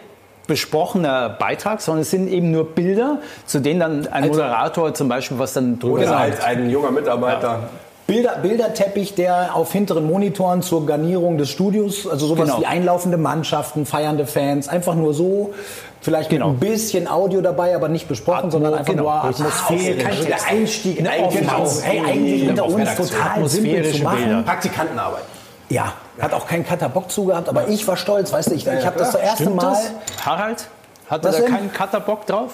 C: besprochener Beitrag, sondern es sind eben nur Bilder, zu denen dann ein Moderator zum Beispiel was dann drüber
A: oder
C: sagt.
A: halt ein junger Mitarbeiter.
B: Bilder, Bilderteppich, der auf hinteren Monitoren zur Garnierung des Studios, also sowas
C: Genau.
B: wie einlaufende Mannschaften, feiernde Fans, einfach nur so, vielleicht
C: Genau.
B: mit ein bisschen Audio dabei, aber nicht besprochen, sondern einfach
C: genau. Ne,
B: nur
C: Richtig.
B: Atmosphäre. Also
A: Ah, okay, der Einstieg
C: genau.
A: in
B: Eine
A: Offenbach.
B: Offenbach. Hey, eigentlich
A: Eine
B: unter uns
A: Offenredaktion.
B: total simpel zu
C: Atmosphärische
B: machen.
C: Bilder.
A: Praktikantenarbeit.
B: Ja, hat auch kein Cutter Bock zugehabt, aber ich war stolz, weißt du, ich, ich habe das zum ersten
C: Stimmt
B: Mal...
C: das? Harald? Hat er
B: Was
C: da
B: denn?
C: keinen Cutterbock drauf?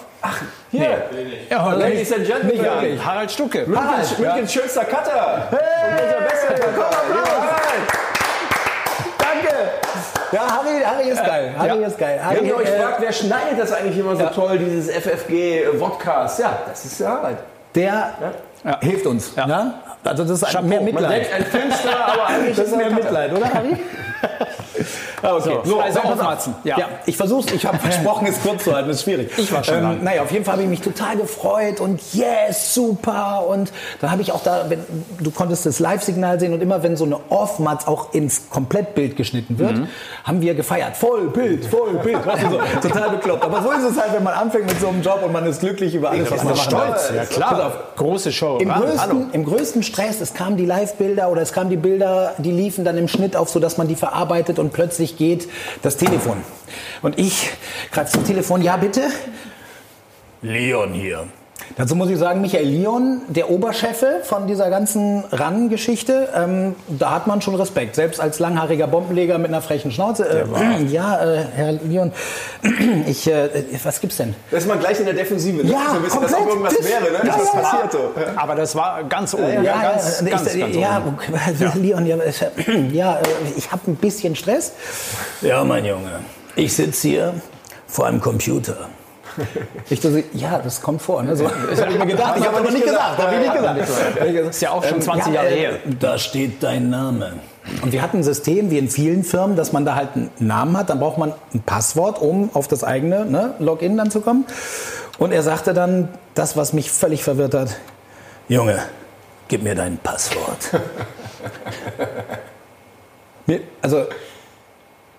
A: Hier,
C: Ja,
A: Ladies and Gentlemen.
B: Nicht wirklich.
C: Harald Stucke.
A: Münchens, Münchens schönster Cutter. Und unser bester Cutter. Danke.
B: Ja, Harry, Harry ist geil, Harry ist geil. Harry,
A: Wenn ihr euch
B: äh,
A: fragt, wer schneidet das eigentlich immer so toll, dieses FFG-Vodcast? äh, Ja, das ist Arbeit.
B: der hilft uns.
C: Ja.
B: Ne? Also das ist ein- mehr
A: Man
B: Mitleid.
A: denkt, ein Filmstar,
B: <laughs>
A: aber eigentlich
B: Das ist
A: er
B: mehr
A: ein Cutter.
B: Mitleid, oder Harry? okay.
C: So, also
B: pass auf.
C: aufmatzen.
B: Ja.
C: Ja.
B: ich versuch's. Ich habe versprochen, es kurz zu halten. Das ist schwierig. Ich
C: war schon lang.
B: Naja, auf jeden Fall habe ich mich total gefreut und yes, super. Und dann habe ich auch da, wenn, du konntest das Live-Signal sehen und immer wenn so eine Off-Matz auch ins Komplettbild geschnitten wird,
C: Mhm.
B: haben wir gefeiert. Voll Bild, voll Bild. Weißt du,
C: <laughs>
B: so, total bekloppt. Aber so ist es halt, wenn man anfängt mit so einem Job und man ist glücklich über alles, was man macht.
C: Ja klar, Also große Show.
B: Im
C: Wahnsinn.
B: größten, Im größten Stress, es kamen die Live-Bilder oder es kamen die Bilder, die liefen dann im Schnitt auf, sodass man die verarbeitet und plötzlich geht das Telefon. Und ich greife zum Telefon, ja bitte.
E: Leon hier.
B: Dazu muss ich sagen, Michael Lion, der Oberscheffe von dieser ganzen RAN-Geschichte, ähm, da hat man schon Respekt. Selbst als langhaariger Bombenleger mit einer frechen Schnauze. Äh, <clears throat> ja, äh, Herr Lion, <clears throat> ich, äh, was gibt's denn?
A: Das ist man gleich in der Defensive. Ne?
B: Ja,
A: so ein bisschen, dass auch
B: komplett.
A: irgendwas
B: Das-
A: wäre, ne?
B: Ja,
A: was
B: ja, ja.
A: passiert so.
C: Aber das war ganz oben.
B: Ja, ja,
C: Oh, ganz,
B: ich,
C: ganz,
B: äh,
C: ganz
B: ja,
C: oben.
B: okay, also Leon, ja, äh, ja äh, ich habe ein bisschen Stress.
E: Ja, mein Junge. Ich sitze hier vor einem Computer.
B: Ich dachte, ja, das kommt vor. Ne? So, das habe ich mir gedacht, ich habe aber nicht gesagt. Hab ich nicht gesagt.
C: Ist ja auch schon 20
B: ja,
C: Jahre
B: äh,
C: her.
E: Da steht dein Name.
B: Und wir hatten ein System, wie in vielen Firmen, dass man da halt einen Namen hat, dann braucht man ein Passwort, um auf das eigene ne, Login dann zu kommen. Und er sagte dann das, was mich völlig verwirrt hat.
E: Junge, Gib mir dein Passwort.
C: Mir- Also,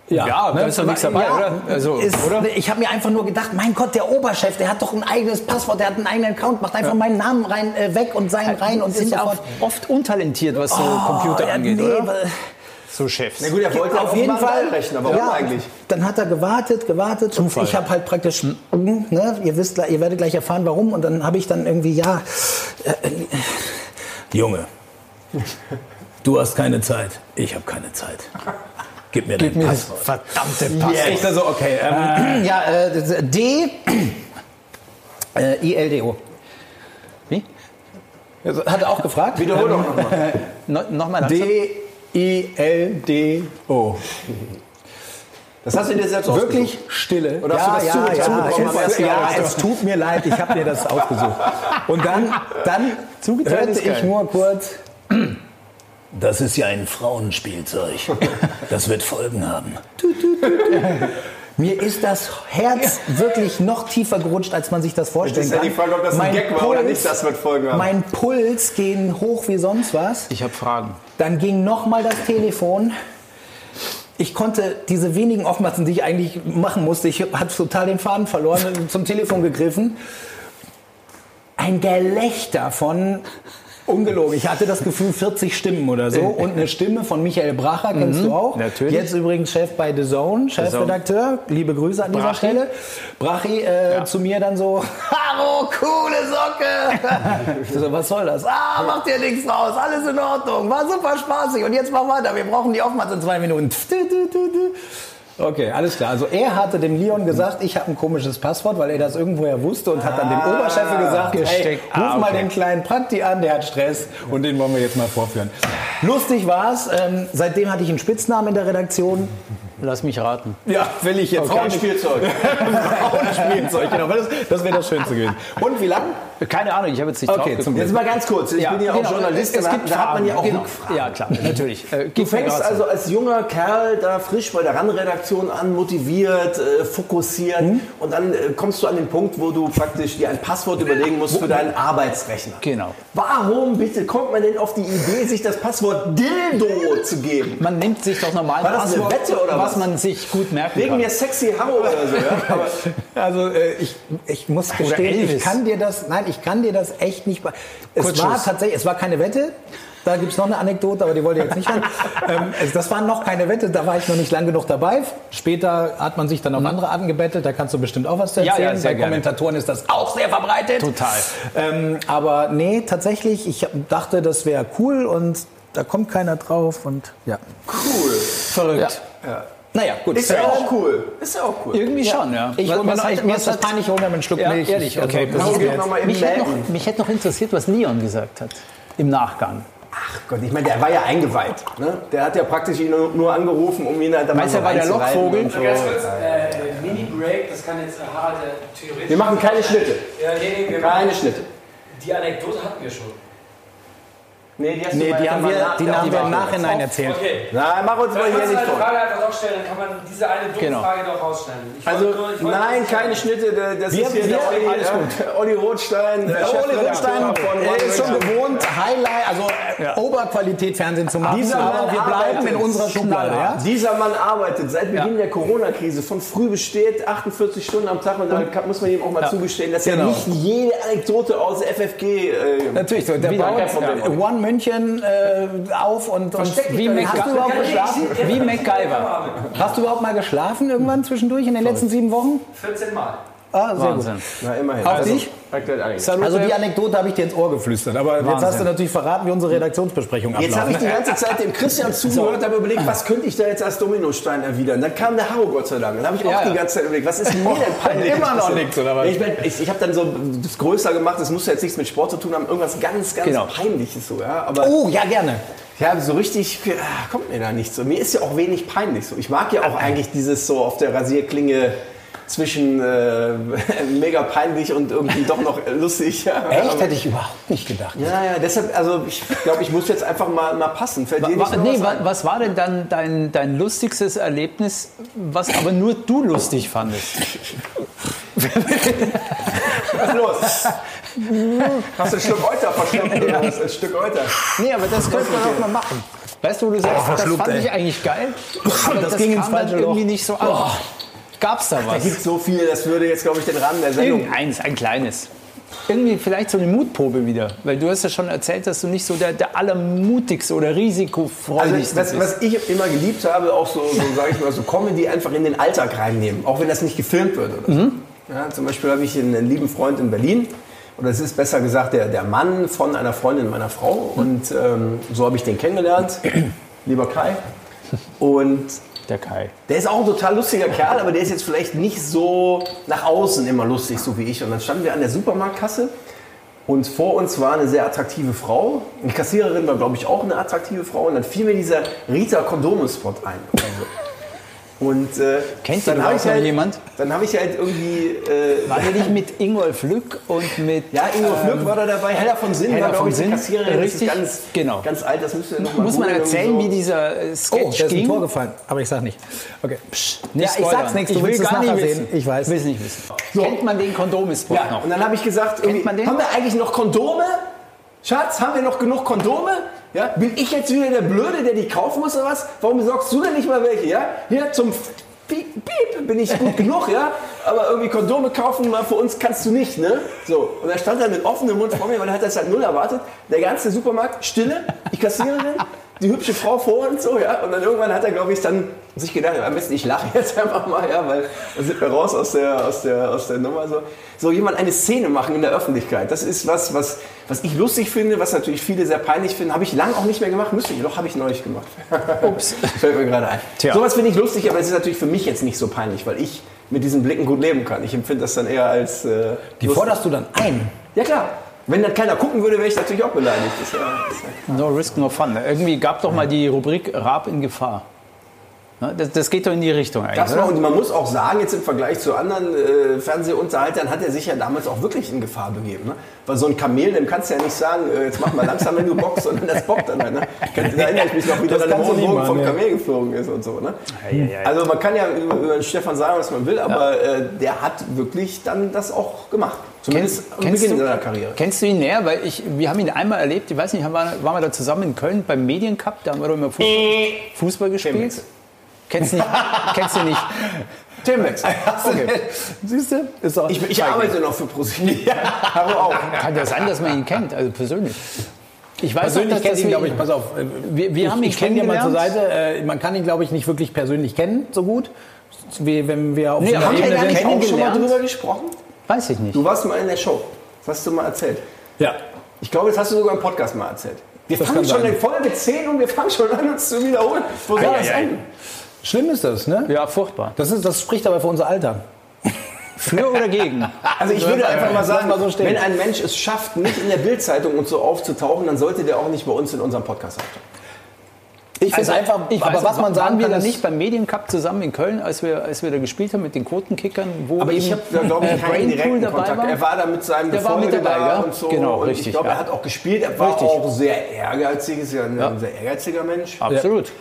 C: ja, da
B: ne?
C: ist doch nichts dabei,
B: Ja,
C: oder? Also,
B: ist, ne,
C: oder?
B: Ich habe mir einfach nur gedacht, mein Gott, der Oberchef, der hat doch ein eigenes Passwort, der hat einen eigenen Account, macht einfach meinen Namen rein, äh, weg und seinen rein und ist
C: Halt, sind ja
B: sofort. Oh,
C: oft, oft untalentiert, was so Computer
B: ja,
C: angeht,
B: nee,
C: oder?
B: weil-
C: So Chefs.
A: Na gut, er wollte
B: auf jeden Fall.
A: rechnen, aber warum
B: Ja,
A: eigentlich?
B: Dann hat er gewartet, gewartet. Zufall. Und ich habe halt praktisch, ne, ihr wisst, gleich- ihr werdet gleich erfahren, warum. Und dann habe ich dann irgendwie, ja, äh,
E: Junge, du hast keine Zeit. Ich habe keine Zeit. Gib mir dein Passwort.
C: Verdammte Pass.
A: Yes.
C: Ich dachte so, okay,
B: <clears throat>
C: ähm,
B: ja, äh, D, äh, ILDO.
C: wie?
B: Also, Hat er auch gefragt? Ähm,
A: Wiederhol doch nochmal.
C: No, Nochmal langsam.
B: D-I-L-D-O.
A: Das hast du dir selbst
B: Wirklich
A: ausgesucht.
B: Stille.
A: Oder hast du das zugetan bekommen am
B: es,
A: ersten
B: ja,
A: Mal?
B: es tut mir leid, ich habe mir das ausgesucht. Und dann, dann
C: Zugetan
B: hörte
C: ist
B: ich
C: geil.
B: nur kurz,
E: Das ist ja ein Frauenspielzeug. Das wird Folgen haben.
B: mir ist das Herz wirklich noch tiefer gerutscht, als man sich das vorstellen
A: Jetzt ist ja
B: kann.
A: die Frage, ob das ein
B: Mein
A: Gag war oder nicht, das wird Folgen haben.
B: Mein Puls ging hoch wie sonst was.
C: Ich habe Fragen.
B: Dann ging nochmal das Telefon. Ich konnte diese wenigen Aufmatzen, die ich eigentlich machen musste, ich hatte total den Faden verloren, zum Telefon gegriffen. Ein Gelächter von, ungelogen, ich hatte das Gefühl 40 Stimmen oder so und eine Stimme von Michael Bracher, kennst du auch.
C: Mhm. natürlich.
B: Jetzt übrigens Chef bei The Zone, Chefredakteur, liebe Grüße an dieser
C: Brachi.
B: Stelle. Brachi äh,
C: Ja.
B: zu mir dann so, <laughs> Haro, coole
C: <laughs>
B: Socke. Ich so, was soll das? Ah, macht dir nichts raus, alles in Ordnung, war super spaßig und jetzt mach weiter, wir brauchen die Aufmachs in zwei Minuten. Du, du, du, du. Okay, alles klar. Also er hatte dem Leon gesagt, ich habe ein komisches Passwort, weil er das irgendwoher wusste und hat dann
A: Ah,
B: dem Oberchef gesagt, hey,
C: gesteckt.
B: ruf
C: Ah,
B: mal
C: okay.
B: den kleinen Prakti an, der hat Stress und den wollen wir jetzt mal vorführen. Lustig war's. Ähm, seitdem hatte ich einen Spitznamen in der Redaktion.
C: Lass mich
B: <laughs>
C: raten.
B: Ja, will ich jetzt
A: Kein Spielzeug.
B: <laughs> Frauenspielzeug, genau. weil Das, das wäre das Schönste gewesen. Und wie lang?
C: Keine Ahnung, ich habe jetzt nicht
B: Okay,
C: drauf
B: zum
C: geguckt.
A: Jetzt mal ganz kurz. Ich bin ja auch
C: genau,
A: Journalist.
C: Es
A: da-
C: gibt
A: da hat man ja auch
C: Fragen, Genau.
A: Rückfragen.
C: Ja,
A: <laughs>
C: klar, natürlich. Äh,
A: Du
C: gib mir
A: fängst
C: Rat.
A: also als junger Kerl da frisch bei der RAN-Redaktion an, motiviert, äh, fokussiert
C: Hm?
A: und dann äh, kommst du an den Punkt, wo du praktisch dir ein Passwort überlegen musst für deinen Arbeitsrechner.
C: Genau.
A: Warum bitte kommt man denn auf die Idee, sich das Passwort Dildo zu geben?
C: Man nimmt sich doch normal
A: War das eine Wette oder was?
C: man sich gut merken
A: Wegen
C: kann.
A: mir sexy Harrow oder so, ja?
C: <laughs>
A: Aber
B: Also äh, ich, ich muss gestehen, ich
C: Elvis.
B: kann dir das, nein, ich kann dir das echt nicht. be- Es war
C: Kurzschluss.
B: tatsächlich, es war keine Wette. Da gibt es noch eine Anekdote, aber die wollt ihr jetzt nicht hören.
C: <laughs>
B: ähm, es, das war noch keine Wette, da war ich noch nicht lang genug dabei. Später hat man sich dann auf andere Arten gebettelt, da kannst du bestimmt auch was zu
C: Mhm. Ja,
B: erzählen.
C: ja, sehr
B: Bei
C: gerne.
B: Kommentatoren ist das auch sehr verbreitet.
C: Total.
B: Ähm, aber nee, tatsächlich, ich hab- dachte, das wäre cool und da kommt keiner drauf und ja.
A: cool.
B: Verrückt. Naja, gut.
A: Ist ja
B: Äh,
A: auch cool. Ist ja auch cool.
C: Irgendwie schon, ja.
B: ich hol mir
C: Was
B: noch,
C: hat-
B: ich, mir
C: was
B: ist das
C: hat-
B: peinlich, ich hol mir einen Schluck
C: Ja,
B: Milch.
C: ehrlich, okay.
B: Also,
A: Darum
B: das
A: geht
B: ist
A: noch mal im
C: Mich hätte,
A: Melden.
C: noch, mich hätte noch interessiert, was Leon gesagt hat im Nachgang.
A: Gott, ich meine, der war ja eingeweiht. Ne? Der hat ja praktisch ihn nur, nur angerufen, um ihn halt dann
C: Weißt du,
A: so
C: war der
A: reinzureiten
C: Lockvogel?
A: und so.
D: Ganz kurz, äh, Mini-Break, das kann jetzt äh, Harald äh, theoretisch.
A: Wir machen keine Schnitte.
D: Ja, nee, nee, wir
A: Keine
D: machen-
A: Schnitte.
D: Die Anekdote hatten wir schon.
A: Nee, die, hast du
B: Nee,
A: mal-
B: die haben
A: mal
B: wir,
A: nach-
B: die haben wir im
A: machen.
B: Nachhinein erzählt.
D: Okay.
A: Nein, mach uns mal hier
D: Dann kannst du
A: nicht
D: eine
A: vor.
D: Frage einfach doch stellen, dann kann man diese eine dumme
C: Genau.
D: Frage doch rausschneiden. Ich
A: Also,
D: wollte nur- ich wollte
A: nein,
D: nur-
A: keine Schnitte. der- Das
B: Wir-
A: ist hier
B: wir-
A: der Olli,
B: alles
A: ja, Olli Rothstein. Der
B: Ole Rundstein ist schon gewohnt, Highlight, also äh,
C: Ja.
B: Oberqualität Fernsehen zu machen.
A: Dieser
B: aber
A: Mann
B: wir bleiben
A: arbeitet.
B: in unserer Schublade. Ja?
A: Dieser Mann arbeitet seit Beginn
C: Ja.
A: der Corona-Krise von früh bis spät, 48 Stunden am Tag. Und da kann- muss man ihm auch mal zugestehen, dass er
B: Genau.
A: nicht jede Anekdote aus FFG. Äh,
B: Natürlich, so, der
A: Wieder
B: baut
A: kein Problem.
B: äh, One München äh, auf und, und
C: Wie,
B: Hast du überhaupt geschlafen?
C: MacGyver. Wie MacGyver.
D: <laughs>
B: Hast du überhaupt mal geschlafen irgendwann zwischendurch in den letzten sieben Wochen?
D: 14 Mal.
B: Ah, sehr
C: Wahnsinn.
A: na, immerhin.
B: Auf dich?
A: aktuell einiges.
B: Also die Anekdote habe ich dir ins Ohr geflüstert, aber jetzt
C: Wahnsinn.
B: hast du natürlich verraten, wie unsere Redaktionsbesprechung ablaufen.
A: Jetzt habe ich die ganze Zeit dem Christian zugehört, habe überlegt, was könnte ich da jetzt als Dominostein erwidern. Dann kam der Harro, Gott sei Dank. Dann habe ich auch
C: Ja, ja.
A: die ganze Zeit überlegt, was ist mir denn peinlich?
B: Immer noch nichts, oder was?
A: Ich, mein, ich, ich habe dann so das größer gemacht, das muss ja jetzt nichts mit Sport zu tun haben, irgendwas ganz, ganz
C: Genau.
A: Peinliches so, ja. Aber
B: Oh, ja, gerne.
A: ja, so richtig äh, kommt mir da nichts. Und mir ist ja auch wenig peinlich so. Ich mag ja auch eigentlich dieses so auf der Rasierklinge zwischen äh, <laughs> mega peinlich und irgendwie doch noch lustig. Ja.
B: Echt? Hätte ich überhaupt nicht gedacht.
A: Ja, ja, deshalb, also ich glaube, ich muss jetzt einfach mal, mal passen. Fällt dir
C: Wa-
A: nicht
C: wa-
A: noch
C: Nee,
A: was
C: wa-
A: ein?
C: was war denn dann dein, dein lustigstes Erlebnis, was aber nur du lustig fandest?
A: Was ist los? Hast du ein Stück Euter verschluckt? Ja. Ein Stück Euter.
C: Nee, aber das könnte man auch mal machen. Weißt du, wo du
B: Oh,
C: sagst, das
E: verschluckt,
C: fand
E: ey.
C: ich eigentlich geil. aber
E: Das ging ins
C: kam dann
E: falsche Loch.
C: irgendwie nicht so an.
B: Oh.
C: Gab's da
A: Da
C: was?
A: gibt so viel, das würde jetzt, glaube ich, den Rahmen der Sendung.
C: Irgendeins, ein kleines. Irgendwie vielleicht so eine Mutprobe wieder. Weil du hast ja schon erzählt, dass du nicht so der, der allermutigste oder
A: Also
C: risikofreudigste
A: was,
C: bist.
A: was ich immer geliebt habe, auch so, so sage ich mal, so Comedy einfach in den Alltag reinnehmen, auch wenn das nicht gefilmt wird. Oder so. ja, zum Beispiel habe ich einen lieben Freund in Berlin, oder es ist besser gesagt der, der Mann von einer Freundin meiner Frau, und ähm, so habe ich den kennengelernt, lieber Kai. Und
C: Der Kai.
A: der ist auch ein total lustiger Kerl, aber der ist jetzt vielleicht nicht so nach außen immer lustig, so wie ich. Und dann standen wir an der Supermarktkasse und vor uns war eine sehr attraktive Frau. Die Kassiererin war, glaube ich, auch eine attraktive Frau. Und dann fiel mir dieser Rita Kondome-Spot ein. Also. Und äh,
C: Kennt
A: dann
C: den
A: hab
C: auch
A: ich
C: noch
A: halt,
C: jemand?
A: Dann habe ich halt irgendwie... Äh,
C: War der nicht mit Ingolf Lück und mit.
A: ja, Ingo Flück war da dabei, Hella von Sinn
C: Hella
A: war, glaube
C: Ähm, von
A: ich, die
C: Sinn,
A: Kassiererin.
C: richtig,
A: das ist ganz,
C: genau.
A: ganz alt, das müsst ihr noch mal
C: Muss man
A: googeln,
C: erzählen,
A: irgendwie
C: wie
A: so.
C: dieser äh,
B: Oh,
C: Sketch
B: da ist ein
C: ging?
B: Tor gefallen, aber ich sag nicht. Okay.
C: Nicht
B: ja, ich
C: spoilern.
B: sag's nichts, du
C: Ich will
B: willst es
C: gar nicht
B: nachher
C: wissen.
B: sehen. Ich weiß.
C: Will's nicht wissen. Kennt man den Kondomespot
A: Ja,
C: noch?
A: und dann habe ich gesagt, irgendwie,
C: man den?
A: haben wir eigentlich noch Kondome? Schatz, haben wir noch genug Kondome? Ja, bin ich jetzt wieder der Blöde, der die kaufen muss oder was? Warum besorgst du denn nicht mal welche? Ja, hier zum F- Piep, Piep bin ich gut genug, ja? Aber irgendwie Kondome kaufen mal für uns kannst du nicht, ne? So, und er stand dann mit offenem Mund vor mir, weil er hat das halt null erwartet. Der ganze Supermarkt, Stille, die Kassiererin, die hübsche Frau vor uns, so, ja? Und dann irgendwann hat er, glaube ich, dann sich gedacht, am besten ich lache jetzt <laughs> einfach mal, ja? Weil dann sind wir raus aus der, aus der, aus der Nummer. So. so jemand eine Szene machen in der Öffentlichkeit, das ist was, was, was ich lustig finde, was natürlich viele sehr peinlich finden. Habe ich lang auch nicht mehr gemacht, müsste ich, doch habe ich neulich gemacht. <laughs> Ups. Fällt mir gerade ein.
C: Tja.
A: Sowas finde ich lustig, aber es ist natürlich für mich jetzt nicht so peinlich, weil ich mit diesen Blicken gut leben kann. Ich empfinde das dann eher als. Äh,
B: Die
A: lustig.
B: forderst du dann ein.
A: Ja, klar. Wenn dann keiner gucken würde, wäre ich natürlich auch beleidigt. Das ist ja, das ist ja
C: No risk, no fun. Irgendwie gab doch mal die Rubrik Raab in Gefahr. Ne, Das, das geht doch in die Richtung eigentlich.
A: Das
C: oder?
A: war, und man muss auch sagen, jetzt im Vergleich zu anderen äh, Fernsehunterhaltern hat er sich ja damals auch wirklich in Gefahr begeben. Ne? Weil so ein Kamel, dem kannst du ja nicht sagen, äh, jetzt mach mal langsam, wenn du bockst, sondern das bockt dann. halt, Ne? Da erinnere ich mich noch, wie der
B: Das
A: dann
B: kannst du
A: im
B: nicht
A: Bogen vom
C: ne?
B: machen, ja.
A: Kamel geflogen ist und so. Ne? Also man kann ja über, über den Stefan sagen, was man will, aber äh, der hat wirklich dann das auch gemacht. Zumindest
C: Kennst,
A: am
C: kennst,
A: Beginn
C: du,
A: seiner Karriere.
C: <laughs> kennst du ihn näher? Weil ich, wir haben ihn einmal erlebt, ich weiß nicht, haben wir- waren wir da zusammen in Köln beim Mediencup, da haben wir doch immer Fußball, Fußball gespielt. Kennst du nicht? kennst du nicht?
A: Themenwechsel. Okay.
B: Siehst du? Ist auch
A: Ich, ich arbeite noch für ProSieben. Hallo auch.
C: Kann ja sein, dass man ihn kennt, also persönlich. Ich weiß
B: Persönlich
C: noch, dass-
B: kenne
C: dass
B: ich ihn,
C: wir
B: glaube ich, pass auf. äh,
C: Wir- wir
B: ich,
C: haben ihn
B: ich kenne ihn mal zur
C: kennengelernt.
B: Seite. Äh, man kann ihn, glaube ich, nicht wirklich persönlich kennen, so gut. Wie wenn wir auf
C: Nee,
B: einer
C: haben wir
B: Ebene
C: ja
B: sind.
C: nicht
A: auch schon mal
C: kennengelernt.
A: drüber gesprochen?
C: Weiß ich nicht.
A: Du warst mal in der Show. Das hast du mal erzählt.
E: Ja.
A: Ich glaube, das hast du sogar im Podcast mal erzählt. Wir
B: Das
A: fangen
B: kann
A: schon
B: sein.
A: in Folge 10 und wir fangen schon an, uns zu wiederholen. Wo soll
C: Ei,
A: das
C: ei, ei.
A: enden?
B: Schlimm ist das, ne?
C: Ja, furchtbar.
B: Das, ist, das spricht aber für unser Alter.
C: Für oder <laughs> gegen?
A: Also ich würde einfach mal
B: Lass
A: sagen,
B: mal so stehen.
A: wenn ein Mensch es schafft, nicht in der Bildzeitung und so aufzutauchen, dann sollte der auch nicht bei uns in unserem Podcast auftauchen.
B: <laughs> Also Ich finde einfach,
C: Also, ich
B: aber
C: weiß,
B: was man sagen
C: waren wir
B: kann,
C: da
B: ist,
C: nicht beim Mediencup zusammen in Köln, als wir, als wir da gespielt haben mit den Quotenkickern, wo
A: Aber ich
C: eben,
A: habe da, glaube
C: äh,
A: ich, keinen
C: Brainpool
A: direkten
C: dabei
A: Kontakt.
C: war.
A: Er war da mit seinem
C: Der war mit
A: Gefolge
C: dabei,
A: da
C: ja.
A: und so.
C: Genau,
A: und
C: richtig,
A: Ich glaube,
C: ja.
A: er hat auch gespielt. Er war
C: Richtig.
A: auch sehr ehrgeizig. Ist ja ein
C: Ja.
A: sehr ehrgeiziger Mensch.
C: Absolut.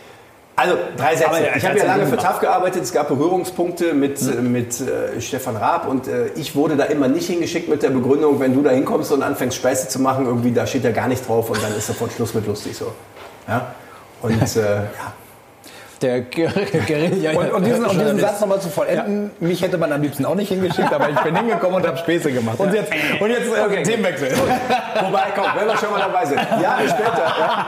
A: Also drei Sätze.
E: Aber der
A: ich habe ja
E: ganze
A: lange
E: Leben
A: für
E: war-
A: TAF gearbeitet. Es gab Berührungspunkte mit, äh,
B: Mhm.
A: mit äh, Stefan Raab und äh, ich wurde da immer nicht hingeschickt mit der Begründung, wenn du da hinkommst und anfängst Späße zu machen, irgendwie da steht ja gar nicht drauf und dann ist sofort Schluss mit lustig so. Ja? Und äh, ja.
C: Der <laughs> Ger- Gerilla. ja,
B: Und, und diesen, um diesen
C: Journalist.
B: Satz nochmal zu vollenden, mich hätte man am liebsten auch nicht hingeschickt, aber ich bin hingekommen und habe Späße gemacht. Und jetzt, und jetzt äh, Themenwechsel.
A: Wobei, komm, wenn wir schon mal dabei sind. Jahre später, ja.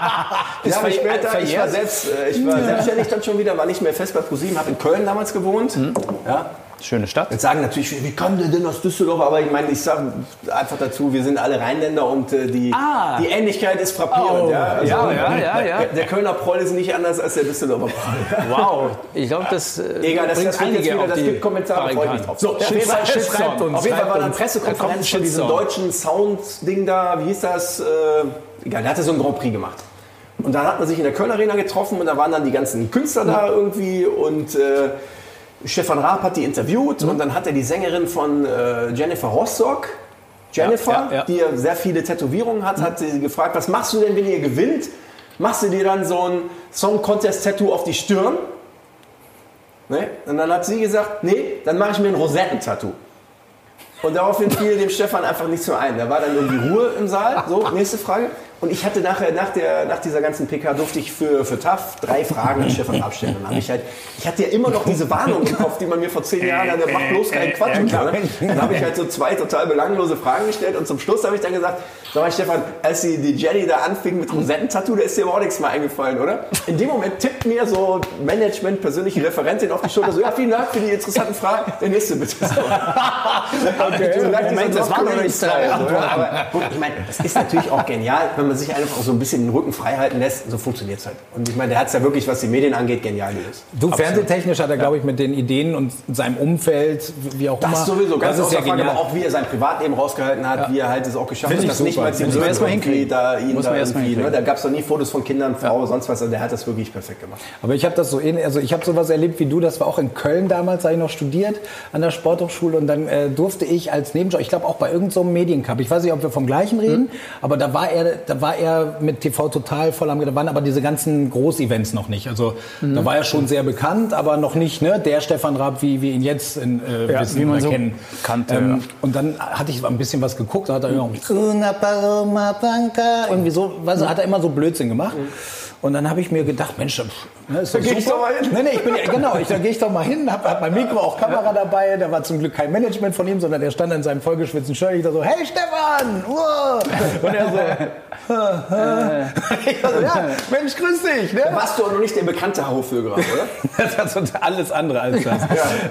B: <laughs>
A: Jahre
C: ver-
A: später, ich war,
C: verjährt.
A: selbst, äh, ich war selbstständig dann schon wieder, war nicht mehr fest bei ProSieben, habe in Köln damals gewohnt.
B: Mhm.
A: Ja,
C: Schöne Stadt.
A: Jetzt sagen natürlich, viele, wie kam der denn aus Düsseldorf? Aber ich meine, ich sage einfach dazu, wir sind alle Rheinländer und äh, die,
C: Ah. Oh.
A: die Ähnlichkeit ist frappierend. ja. Also,
C: Ja, ja, ja, ja.
A: Der Kölner Proll ist nicht anders als der Düsseldorfer
C: <laughs>
A: Proll.
C: Wow. Ich glaube, das äh,
A: Egal, das,
C: bringt
A: das, wird jetzt
C: einige
A: wieder,
C: auf
A: das
C: die
A: gibt Kommentare, freue ich mich
C: Barrikaden.
A: drauf. So,
C: Ja,
A: auf jeden Fall-
C: Shitstorm.
A: schreibt uns, auf jeden Fall war dann Pressekonferenz von diesem
C: Shitstorm.
A: deutschen Sound-Ding da, wie hieß das? Äh, egal, der hatte so einen Grand Prix gemacht. Und dann hat man sich in der Köln Arena getroffen und da waren dann die ganzen Künstler da irgendwie und äh, Stefan Raab hat die interviewt
C: Mhm.
A: und dann hat er die Sängerin von äh, Jennifer Rostock, Jennifer,
C: Ja, Mhm. ja, ja.
A: die ja sehr viele Tätowierungen hat, hat sie gefragt, was machst du denn, wenn ihr gewinnt? Machst du dir dann so ein Song Contest Tattoo auf die Stirn? Ne? Und dann hat sie gesagt, nee, dann mache ich mir ein Rosetten-Tattoo. Und daraufhin fiel dem Stefan einfach nichts mehr ein. Da war dann irgendwie Ruhe im Saal. So, nächste Frage. Und ich hatte nachher, nach, der, nach dieser ganzen PK, durfte ich für, für TAF drei Fragen an Stefan abstellen. Und dann hab ich, halt, ich hatte ja immer noch diese Warnung im Kopf, die man mir vor zehn Jahren an der Macht bloß keinen Quatsch und so, ne? Dann habe ich halt so zwei total belanglose Fragen gestellt und zum Schluss habe ich dann gesagt, sag mal Stefan, als die, die Jenny da anfing mit Rosetten-Tattoo, da ist dir aber auch nichts mehr eingefallen, oder? In dem Moment tippt mir so Management, persönliche Referentin auf die Schulter, so, ja, vielen Dank für die interessanten Fragen, der nächste bitte. So. okay. so lag
C: Moment,
A: dieser
C: das war noch nicht
A: Lockdown
C: deine
A: so, ja, aber gut, ich meine, das ist natürlich auch genial, wenn man sich einfach auch so ein bisschen den Rücken frei halten lässt, so funktioniert es halt. Und ich meine, der hat es ja wirklich, was die Medien angeht, genial gelöst.
B: Du, fernsehtechnisch hat er, glaube ich, mit den Ideen und seinem Umfeld, wie auch immer.
A: Das sowieso, ganz
B: das ist ja
A: außer Frage,
B: genial.
A: aber auch wie er sein Privatleben rausgehalten hat, wie er halt es auch geschafft
B: Finde
A: hat,
B: ich
A: dass nicht
B: super.
A: mal die
B: Muss
C: man
A: Söhne
C: erst mal
A: irgendwie
C: hinkriegen.
A: da ihn
C: Muss
A: da
C: man erst mal
A: irgendwie, ne,
C: hinkriegen.
A: da gab es doch nie Fotos von Kindern, Frau, sonst was, also der hat das wirklich perfekt gemacht.
B: Aber ich habe das so ähnlich, also ich habe sowas erlebt wie du, das war auch in Köln damals, habe ich noch studiert an der Sporthochschule und dann äh, durfte ich als Nebenjob, ich glaube auch bei irgendeinem so einem Mediencup, ich weiß nicht, ob wir vom gleichen reden,
C: Mhm.
B: aber da war er, da war er mit TV total voll am, da waren aber diese ganzen Großevents noch nicht. Also
C: Mhm.
B: da war er schon sehr bekannt, aber noch nicht ne, der Stefan Raab, wie wir ihn jetzt in, äh,
C: Ja,
B: wissen
C: wie man
B: oder
C: so
B: kennen. Ähm,
C: kannte, ja. Mhm.
B: Und dann hatte ich ein bisschen was geguckt, da hat er irgendwie, "Una paloma blanca", irgendwie so, weißt
C: Mhm.
B: du, hat er immer so Blödsinn gemacht. Und dann habe ich mir gedacht, Mensch, pff, ne, ist doch
A: geh ich
B: super.
A: doch mal hin.
B: Nee, nee, ich bin, ja- genau, ich, da gehe ich doch mal hin, hab, hab mein Mikro, auch Kamera dabei, da war zum Glück kein Management von ihm, sondern er stand in seinem vollgeschwitzten Shirt, ich da so, hey Stefan, uah." Und er so, ich war so, <laughs> ja, Mensch, grüß dich, ne?
A: Warst du auch noch nicht der bekannte Haufvögel, oder?
B: Das war so alles andere als das.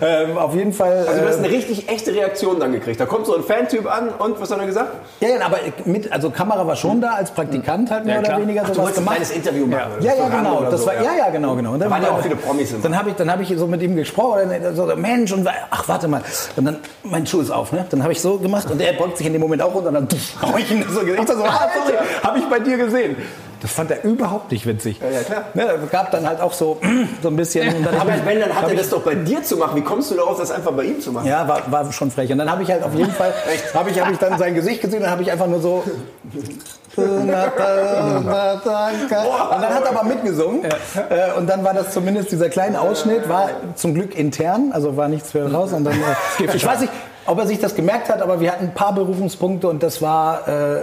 B: ähm, auf jeden Fall.
A: Also du
B: äh,
A: hast eine richtig echte Reaktion dann gekriegt. Da kommt so ein Fantyp an und was hat er gesagt?
B: Ja, ja, aber mit, also Kamera war schon da, als Praktikant halt mehr
C: Ja,
B: oder
C: klar.
B: weniger
A: Du
B: sowas
A: wolltest ein
B: gemacht.
A: kleines Interview machen. oder
B: Ja,
A: so
B: ja,
A: ran
B: genau.
A: oder
B: Das
A: so,
B: war, ja, ja, genau, genau. Und
A: Da waren ja
B: war-
A: auch viele Promis im
B: Dann habe ich, dann habe ich so mit ihm gesprochen. Und dann so, Mensch, und ach, warte mal. Und dann, mein Schuh ist auf, ne? Dann habe ich so gemacht und er beugt sich in dem Moment auch runter und dann <laughs> pff, hau ich ihm das so ins Gesicht. Ich dachte so, ah, sorry, habe ich bei dir gesehen. Das fand er überhaupt nicht witzig.
A: ja, klar.
B: Ne, gab dann halt auch so, <clears throat> so ein bisschen. Und dann hab
A: Aber
B: ich-
A: wenn, dann
B: hab
A: hat er
B: ich-
A: das doch bei dir zu machen. Wie kommst du darauf, das einfach bei ihm zu machen?
B: ja, war, war schon frech. Und dann habe ich halt auf jeden Fall, habe ich, hab ich dann sein Gesicht gesehen und habe ich einfach nur so. Und dann hat er aber mitgesungen. Äh, Und dann war das zumindest dieser kleine Ausschnitt, war zum Glück intern, also war nichts für raus. Und dann, äh, ich weiß nicht, ob er sich das gemerkt hat, aber wir hatten ein paar Berufungspunkte und das war. Äh,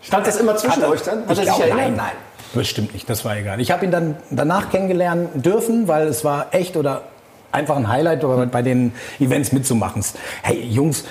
A: Stand das immer zwischen euch dann? Hat
B: ich
A: er sich
B: glaube,
A: erinnert?
B: nein, nein. Bestimmt nicht, das war egal. Ich habe ihn dann danach kennengelernt dürfen, weil es war echt oder einfach ein Highlight bei- bei den Events mitzumachen. Hey, Jungs,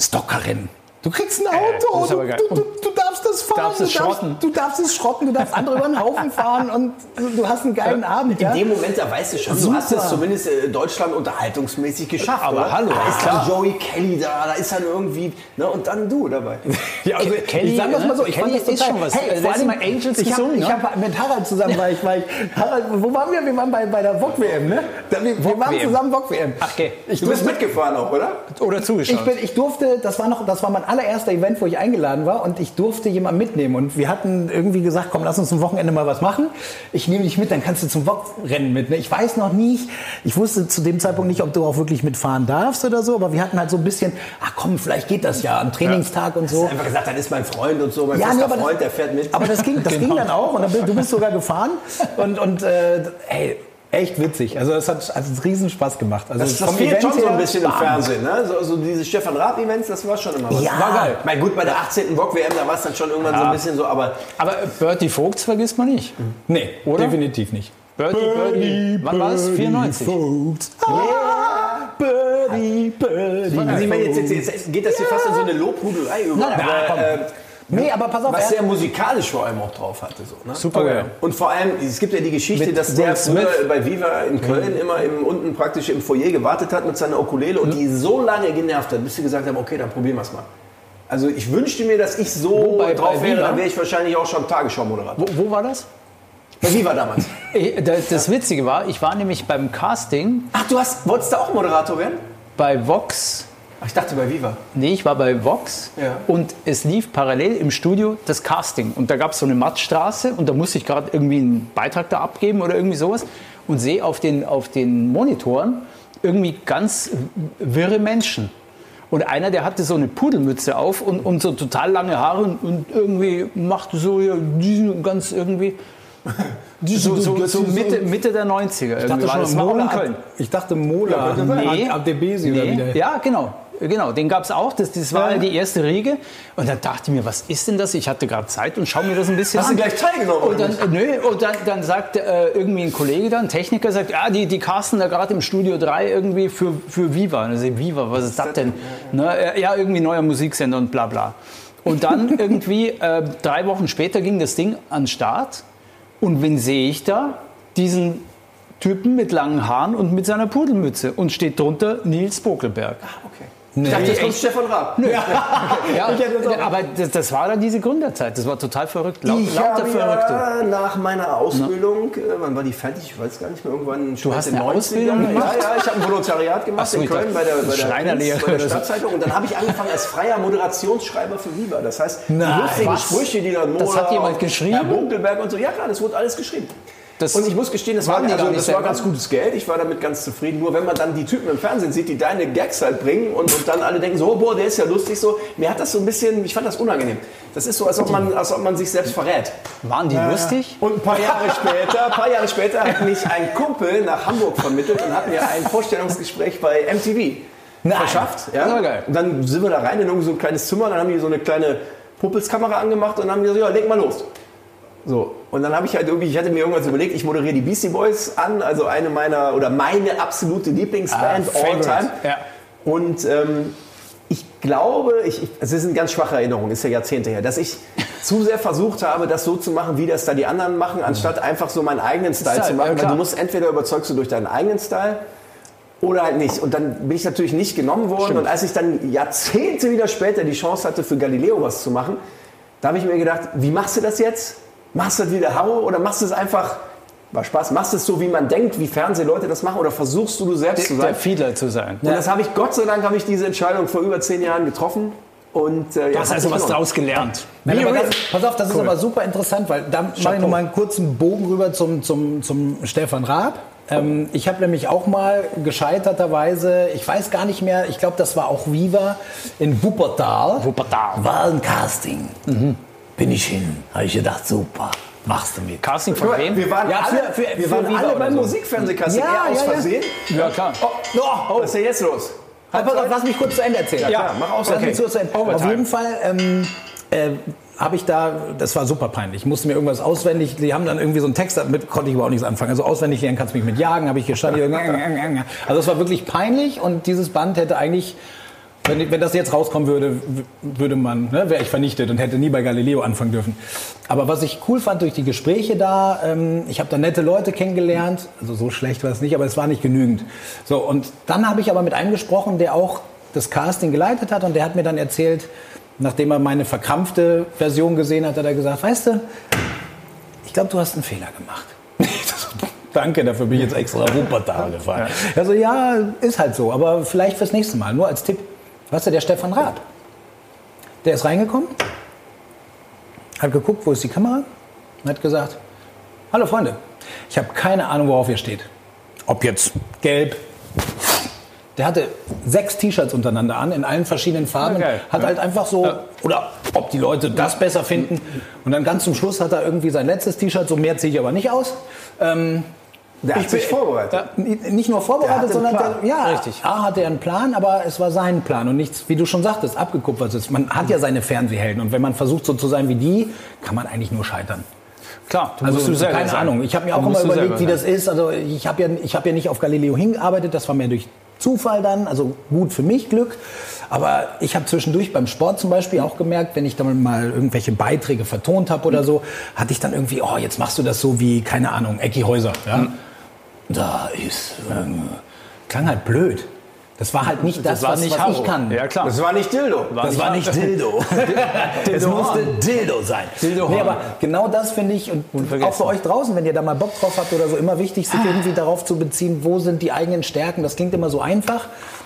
B: Stockerin. Du kriegst ein
C: das
B: Auto,
C: ist aber
B: du,
C: geil.
B: du, du, du darfst das fahren,
C: darfst es
B: du, darfst,
C: schrotten.
B: du darfst es schrotten, du darfst andere über den Haufen fahren und du hast einen geilen Abend. Ja?
A: In dem Moment, da weißt du schon, du
B: Super.
A: hast es zumindest äh, Deutschland unterhaltungsmäßig geschafft.
C: Aber
A: oder?
C: hallo,
A: Da ist
C: klar.
A: dann Joey Kelly da, da ist dann irgendwie, ne, und dann du dabei.
B: <laughs> Ja, also,
C: Ke- Kelly,
B: ich sag das mal so,
C: ne?
B: ich fand
C: Kelly
B: das total,
C: ist schon was.
B: Hey,
A: Äh,
C: Also,
B: vor
C: das
B: allem,
C: ist mal Angels
B: ich hab,
C: gesungen,
B: Ich
C: ne?
B: hab mit Harald zusammen, war ich, war ich, Harald, wo waren wir? Wir waren bei, bei der VOG-WM, ne? Da, wir, wir waren
C: WM.
B: zusammen VOG-WM.
C: Ach, okay.
B: Ich
A: Du bist
B: durfte-
A: mitgefahren auch, oder?
C: Oder zugeschaut.
B: ich, bin, ich durfte, das war noch, das war mein allererster Event, wo ich eingeladen war und ich durfte jemanden mitnehmen und wir hatten irgendwie gesagt, komm, lass uns zum Wochenende mal was machen. Ich nehme dich mit, dann kannst du zum Wok-Rennen mit. Ne? Ich weiß noch nicht, ich wusste zu dem Zeitpunkt nicht, ob du auch wirklich mitfahren darfst oder so, aber wir hatten halt so ein bisschen, ach komm, vielleicht geht das ja, am Trainingstag und so.
A: Hast einfach gesagt, dann ist mein Freund und so, mein
B: Ja,
A: bester
B: nee, aber das,
A: Freund, der fährt mit.
B: Aber
A: <laughs>
B: das ging, das
C: Genau.
B: ging dann auch und dann, bist- du bist sogar gefahren und, und äh, ey, echt witzig. Also es hat, hat einen riesen Spaß gemacht. Also
A: das, das
B: vom
A: fehlt
B: Event
A: schon so ein
B: her,
A: bisschen im
B: bam.
A: Fernsehen, ne? So, so diese Stefan Raab-Events, das war schon immer was.
B: Ja.
A: War geil. Mein gut, bei der 18. Bock-WM, da war es dann schon irgendwann so ein bisschen so, aber
C: Aber Bertie Vogts vergisst man nicht.
B: Nee,
C: Oder?
B: definitiv nicht.
C: Bertie, Bertie. Wann war es? 94.
B: Ah,
A: also ich meine, jetzt, jetzt, jetzt geht das hier fast in so eine Lobhudelei über.
B: Nein, nein, komm.
A: aber, äh,
B: Nee, aber pass auf,
A: was
B: er,
A: der musikalisch vor allem auch drauf hatte. So, ne?
C: Super geil.
A: Und vor allem, es gibt ja die Geschichte,
B: Mit
A: dass
B: Will
A: der früher
B: Smith.
A: bei Viva in
C: Mhm.
A: Köln immer im, unten praktisch im Foyer gewartet hat mit seiner Ukulele und die so lange genervt hat, bis sie gesagt haben, okay, dann probieren wir es mal. Also ich wünschte mir, dass ich so
C: Wobei,
A: drauf
C: bei
A: wäre,
C: Viva-
A: dann wäre ich wahrscheinlich auch schon Tagesschau-Moderator.
C: Wo, wo war das?
A: Bei Viva damals.
C: Ich- da- Das Witzige war, ich war nämlich beim Casting
A: Ach, du hast, wolltest da auch Moderator werden?
C: bei Vox.
A: Ach, ich dachte bei Viva.
C: Nee, ich war bei Vox
A: Ja.
C: und es lief parallel im Studio das Casting. Und da gab es so eine Mattstraße und da musste ich gerade irgendwie einen Beitrag da abgeben oder irgendwie sowas und sehe auf den, auf den Monitoren irgendwie ganz wirre Menschen. Und einer, der hatte so eine Pudelmütze auf und, und so total lange Haare und, und irgendwie machte so ja, diesen ganz irgendwie. <laughs> So, so, so Mitte, Mitte der 90er. irgendwie war das. Das war auch in Köln.
B: Ich dachte Mola,
C: Nee.
B: Ad- Adebesi oder
C: Nee.
B: wieder.
C: Ja, genau. genau, den gab es auch. Das, das war die erste Riege. Und dann dachte ich mir, was ist denn das? Ich hatte gerade Zeit und schau mir das ein bisschen
A: Hast du
C: an.
A: gleich teilgenommen,
C: Und
A: oder
C: dann, äh, nö, und dann, dann sagt äh, irgendwie ein Kollege dann, ein Techniker, sagt, ja, die, die casten da gerade im Studio 3 irgendwie für, für Viva. Und ich sag, Viva, was ist das denn? Ne, äh, ja, irgendwie neuer Musiksender und bla bla.
A: <laughs>
C: Und dann irgendwie äh, drei Wochen später ging das Ding an den Start. Und wen sehe ich da? Diesen Typen mit langen Haaren und mit seiner Pudelmütze. Und steht drunter Nils Bokelberg.
A: Okay. Ich dachte,
C: Nee,
A: jetzt kommt Stefan Raab.
C: Ja,
A: Ich hätte das auch-
C: aber das, das war dann diese Gründerzeit. Das war total verrückt. Lau
A: Ich
C: lauter
A: habe
C: Verrückte.
A: ja nach meiner Ausbildung, äh, wann war die fertig? Ich weiß gar nicht mehr, irgendwann. Du
C: hast eine Ausbildung gemacht?
A: Ja, ja, ich habe ein Volontariat gemacht
C: Ach so,
A: in
C: ich
A: Köln
C: dachte,
A: bei der, bei der,
C: Schreinerlehre
A: bei der
C: oder so.
A: Stadtzeitung. Und dann habe ich angefangen als freier Moderationsschreiber für Viva. Das heißt, die
C: Nein.
A: lustigen
C: Was?
A: Sprüche, die dann
C: Das hat
A: Mola
C: jemand
A: und
C: geschrieben?
A: Herr Bunkelberg und so. Ja, klar, das wurde alles geschrieben.
C: Das
A: und ich muss gestehen, das war,
C: waren die
A: also,
C: gar nicht
A: das war
C: selber.
A: ganz gutes Geld. Ich war damit ganz zufrieden. Nur wenn man dann die Typen im Fernsehen sieht, die deine Gags halt bringen und, und dann alle denken so, oh, boah, der ist ja lustig so. Mir hat das so ein bisschen, ich fand das unangenehm. Das ist so, als ob man, als ob man sich selbst verrät.
C: Waren die lustig?
A: Und ein paar
C: <laughs>
A: Jahre später, ein paar Jahre später hat mich ein Kumpel nach Hamburg vermittelt und hat mir ein Vorstellungsgespräch bei MTV verschafft. Ja?
C: Na geil.
A: Und dann sind wir da rein in irgend so ein kleines Zimmer, dann haben die so eine kleine Puppelskamera angemacht und haben gesagt, ja, leg mal los. So, und dann habe ich halt irgendwie, ich hatte mir irgendwas überlegt, ich moderiere die Beastie Boys an, also eine meiner oder meine absolute Lieblingsband
C: Ah,
A: all
C: Favorite.
A: time.
C: Ja.
A: Und ähm, ich glaube, ich, ich, es ist eine ganz schwache Erinnerung, ist ja Jahrzehnte her, dass
C: <laughs>
A: ich zu sehr versucht habe, das so zu machen, wie das da die anderen machen, anstatt einfach so meinen eigenen Style
C: Style,
A: zu machen.
C: Mhm. halt, ja,
A: Weil
C: klar.
A: du musst entweder überzeugst du durch deinen eigenen Style oder halt nicht. Und dann bin ich natürlich nicht genommen worden. Und als ich dann Jahrzehnte wieder später die Chance hatte, für Galileo was zu machen, da habe ich mir gedacht, wie machst du das jetzt? Machst du das wieder Harro oder machst du es einfach, war Spaß, machst du es so, wie man denkt, wie Fernsehleute das machen oder versuchst du, du selbst zu
C: Der,
A: sein?
C: der Fiedler zu sein.
A: Und das habe ich, Gott sei Dank, habe ich diese Entscheidung vor über zehn Jahren getroffen. Und, äh, ja,
C: Hast also
A: hab ich
C: was
A: genommen.
C: draus gelernt.
B: Nein, aber
A: real.
B: das, pass auf, das ist aber super interessant, weil da mache ich noch mal einen kurzen Bogen rüber zum, zum, zum Stefan Raab. Ähm, ich habe nämlich auch mal gescheiterterweise, ich weiß gar nicht mehr, ich glaube, das war auch Viva in Wuppertal.
C: Wuppertal.
E: War ein Casting. Bin ich hin. Habe ich gedacht, super, machst du mit.
C: Casting von wem?
A: Wir waren
B: Ja,
A: alle,
B: für- für-
A: wir
B: für
A: waren
B: Viva
A: alle
B: oder
A: beim
B: so.
A: Musikfernsehkasten,
B: Ja,
A: eher aus
B: ja, ja.
A: Versehen.
C: ja, klar.
A: Oh, was ist denn jetzt los?
B: Hey, pass auf, lass mich kurz zu Ende erzählen.
A: Halt, Ja, klar, mach aus,
B: Lass
A: okay.
B: mich kurz zu Ende. Auf
C: Overtime.
B: jeden Fall ähm, äh, habe ich da, das war super peinlich. Ich musste mir irgendwas auswendig, die haben dann irgendwie so einen Text, damit konnte ich überhaupt nichts anfangen. Also auswendig lernen kannst du mich mit jagen, habe ich gestanden. <laughs> Also es war wirklich peinlich und dieses Band hätte eigentlich, wenn, wenn das jetzt rauskommen würde, w- würde man, ne, wäre ich vernichtet und hätte nie bei Galileo anfangen dürfen. Aber was ich cool fand durch die Gespräche da, ähm, ich habe da nette Leute kennengelernt, also so schlecht war es nicht, aber es war nicht genügend. So, und dann habe ich aber mit einem gesprochen, der auch das Casting geleitet hat und der hat mir dann erzählt, nachdem er meine verkrampfte Version gesehen hat, hat er gesagt, weißt du, ich glaube, du hast einen Fehler gemacht. Ich so, <laughs> Danke, dafür bin ich jetzt extra nach Wuppertal gefahren. Also ja, ist halt so, aber vielleicht fürs nächste Mal, nur als Tipp. Weißt du, der Stefan Raab, der ist reingekommen, hat geguckt, wo ist die Kamera und hat gesagt, hallo Freunde, ich habe keine Ahnung, worauf ihr steht. Ob jetzt gelb. Der hatte sechs T-Shirts untereinander an, in allen verschiedenen Farben.
C: Ja, geil.
B: Hat
C: Ja.
B: halt einfach so, oder ob die Leute das besser finden. Und dann ganz zum Schluss hat er irgendwie sein letztes T-Shirt, so mehr ziehe ich aber nicht aus. Ähm,
A: Der hat
B: ich
A: sich
B: bin-
A: vorbereitet.
B: n- nicht nur
A: Der
B: vorbereitet,
A: hatte einen
B: sondern
A: Plan.
B: der, ja,
C: Richtig.
B: A hatte er einen Plan, aber es war sein Plan und nichts, wie du schon sagtest, abgekupfert ist. Man hat ja seine Fernsehhelden und wenn man versucht so zu sein wie die, kann man eigentlich nur scheitern.
C: Klar, du
B: Also
C: musst du selber
B: keine
C: sein.
B: Ahnung. Ich habe mir
C: Du
B: auch immer
C: musst du selber
B: überlegt, wie
C: sein.
B: das ist. Also ich habe ja, ich habe ja nicht auf Galileo hingearbeitet. Das war mehr durch Zufall dann. Also gut für mich Glück. Aber ich habe zwischendurch beim Sport zum Beispiel auch gemerkt, wenn ich dann mal irgendwelche Beiträge vertont habe
C: Mhm.
B: oder so, hatte ich dann irgendwie, oh, jetzt machst du das so wie keine Ahnung, Ecki Häuser. Ja?
C: Mhm.
B: Da ist ähm, klang halt blöd. Das war halt nicht das,
C: war
B: was,
C: nicht
B: was ich
C: Haro.
B: kann.
C: Ja, klar.
A: Das war nicht Dildo.
B: Das war nicht Dildo. es musste Dildo sein.
C: Dildo
B: nee,
C: Horn.
B: aber genau das finde ich und auch für euch draußen, wenn ihr da mal Bock drauf habt oder so, immer wichtig, sich irgendwie darauf zu beziehen, wo sind die eigenen Stärken. Das klingt immer so einfach,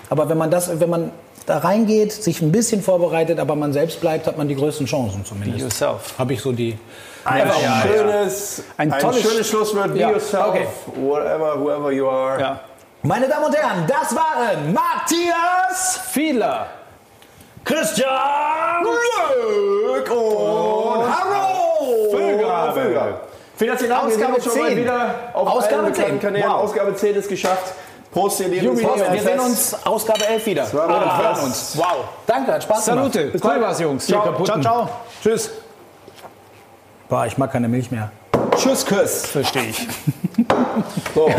B: aber wenn man das, wenn man da reingeht, sich ein bisschen vorbereitet, aber man selbst bleibt, hat man die größten Chancen zumindest.
C: Be yourself.
B: Habe ich so die.
A: Ein
C: Ja, ja,
A: schönes,
C: Ein
A: ein
C: tolles-
A: schönes Schlusswort. Be
C: Ja,
A: yourself,
C: okay.
A: whatever, whoever you are.
C: Ja.
B: Meine Damen und Herren, das waren Matthias
C: Fiedler.
E: Christian!
A: Glück und Hallo! Vögel. Finanzielle Ausgabe
B: Ausgabe
A: schon mal
B: 10.
A: wieder auf
B: Ausgabe
A: allen bekannten
B: 10.
A: Kanälen.
B: Wow.
A: Ausgabe 10 ist geschafft. Prost, ihr Lieben.
B: Prost,
A: Prost,
B: wir sehen uns Ausgabe 11 wieder.
A: Prost.
C: Ah.
A: Prost.
C: hören uns. Wow.
B: Danke, hat Spaß gemacht.
C: Salute. Cool war's, Jungs. Ciao, ciao. ciao.
E: Tschüss. Boah, ich mag keine Milch mehr.
A: Tschüss, Küss.
C: Verstehe ich.
A: So.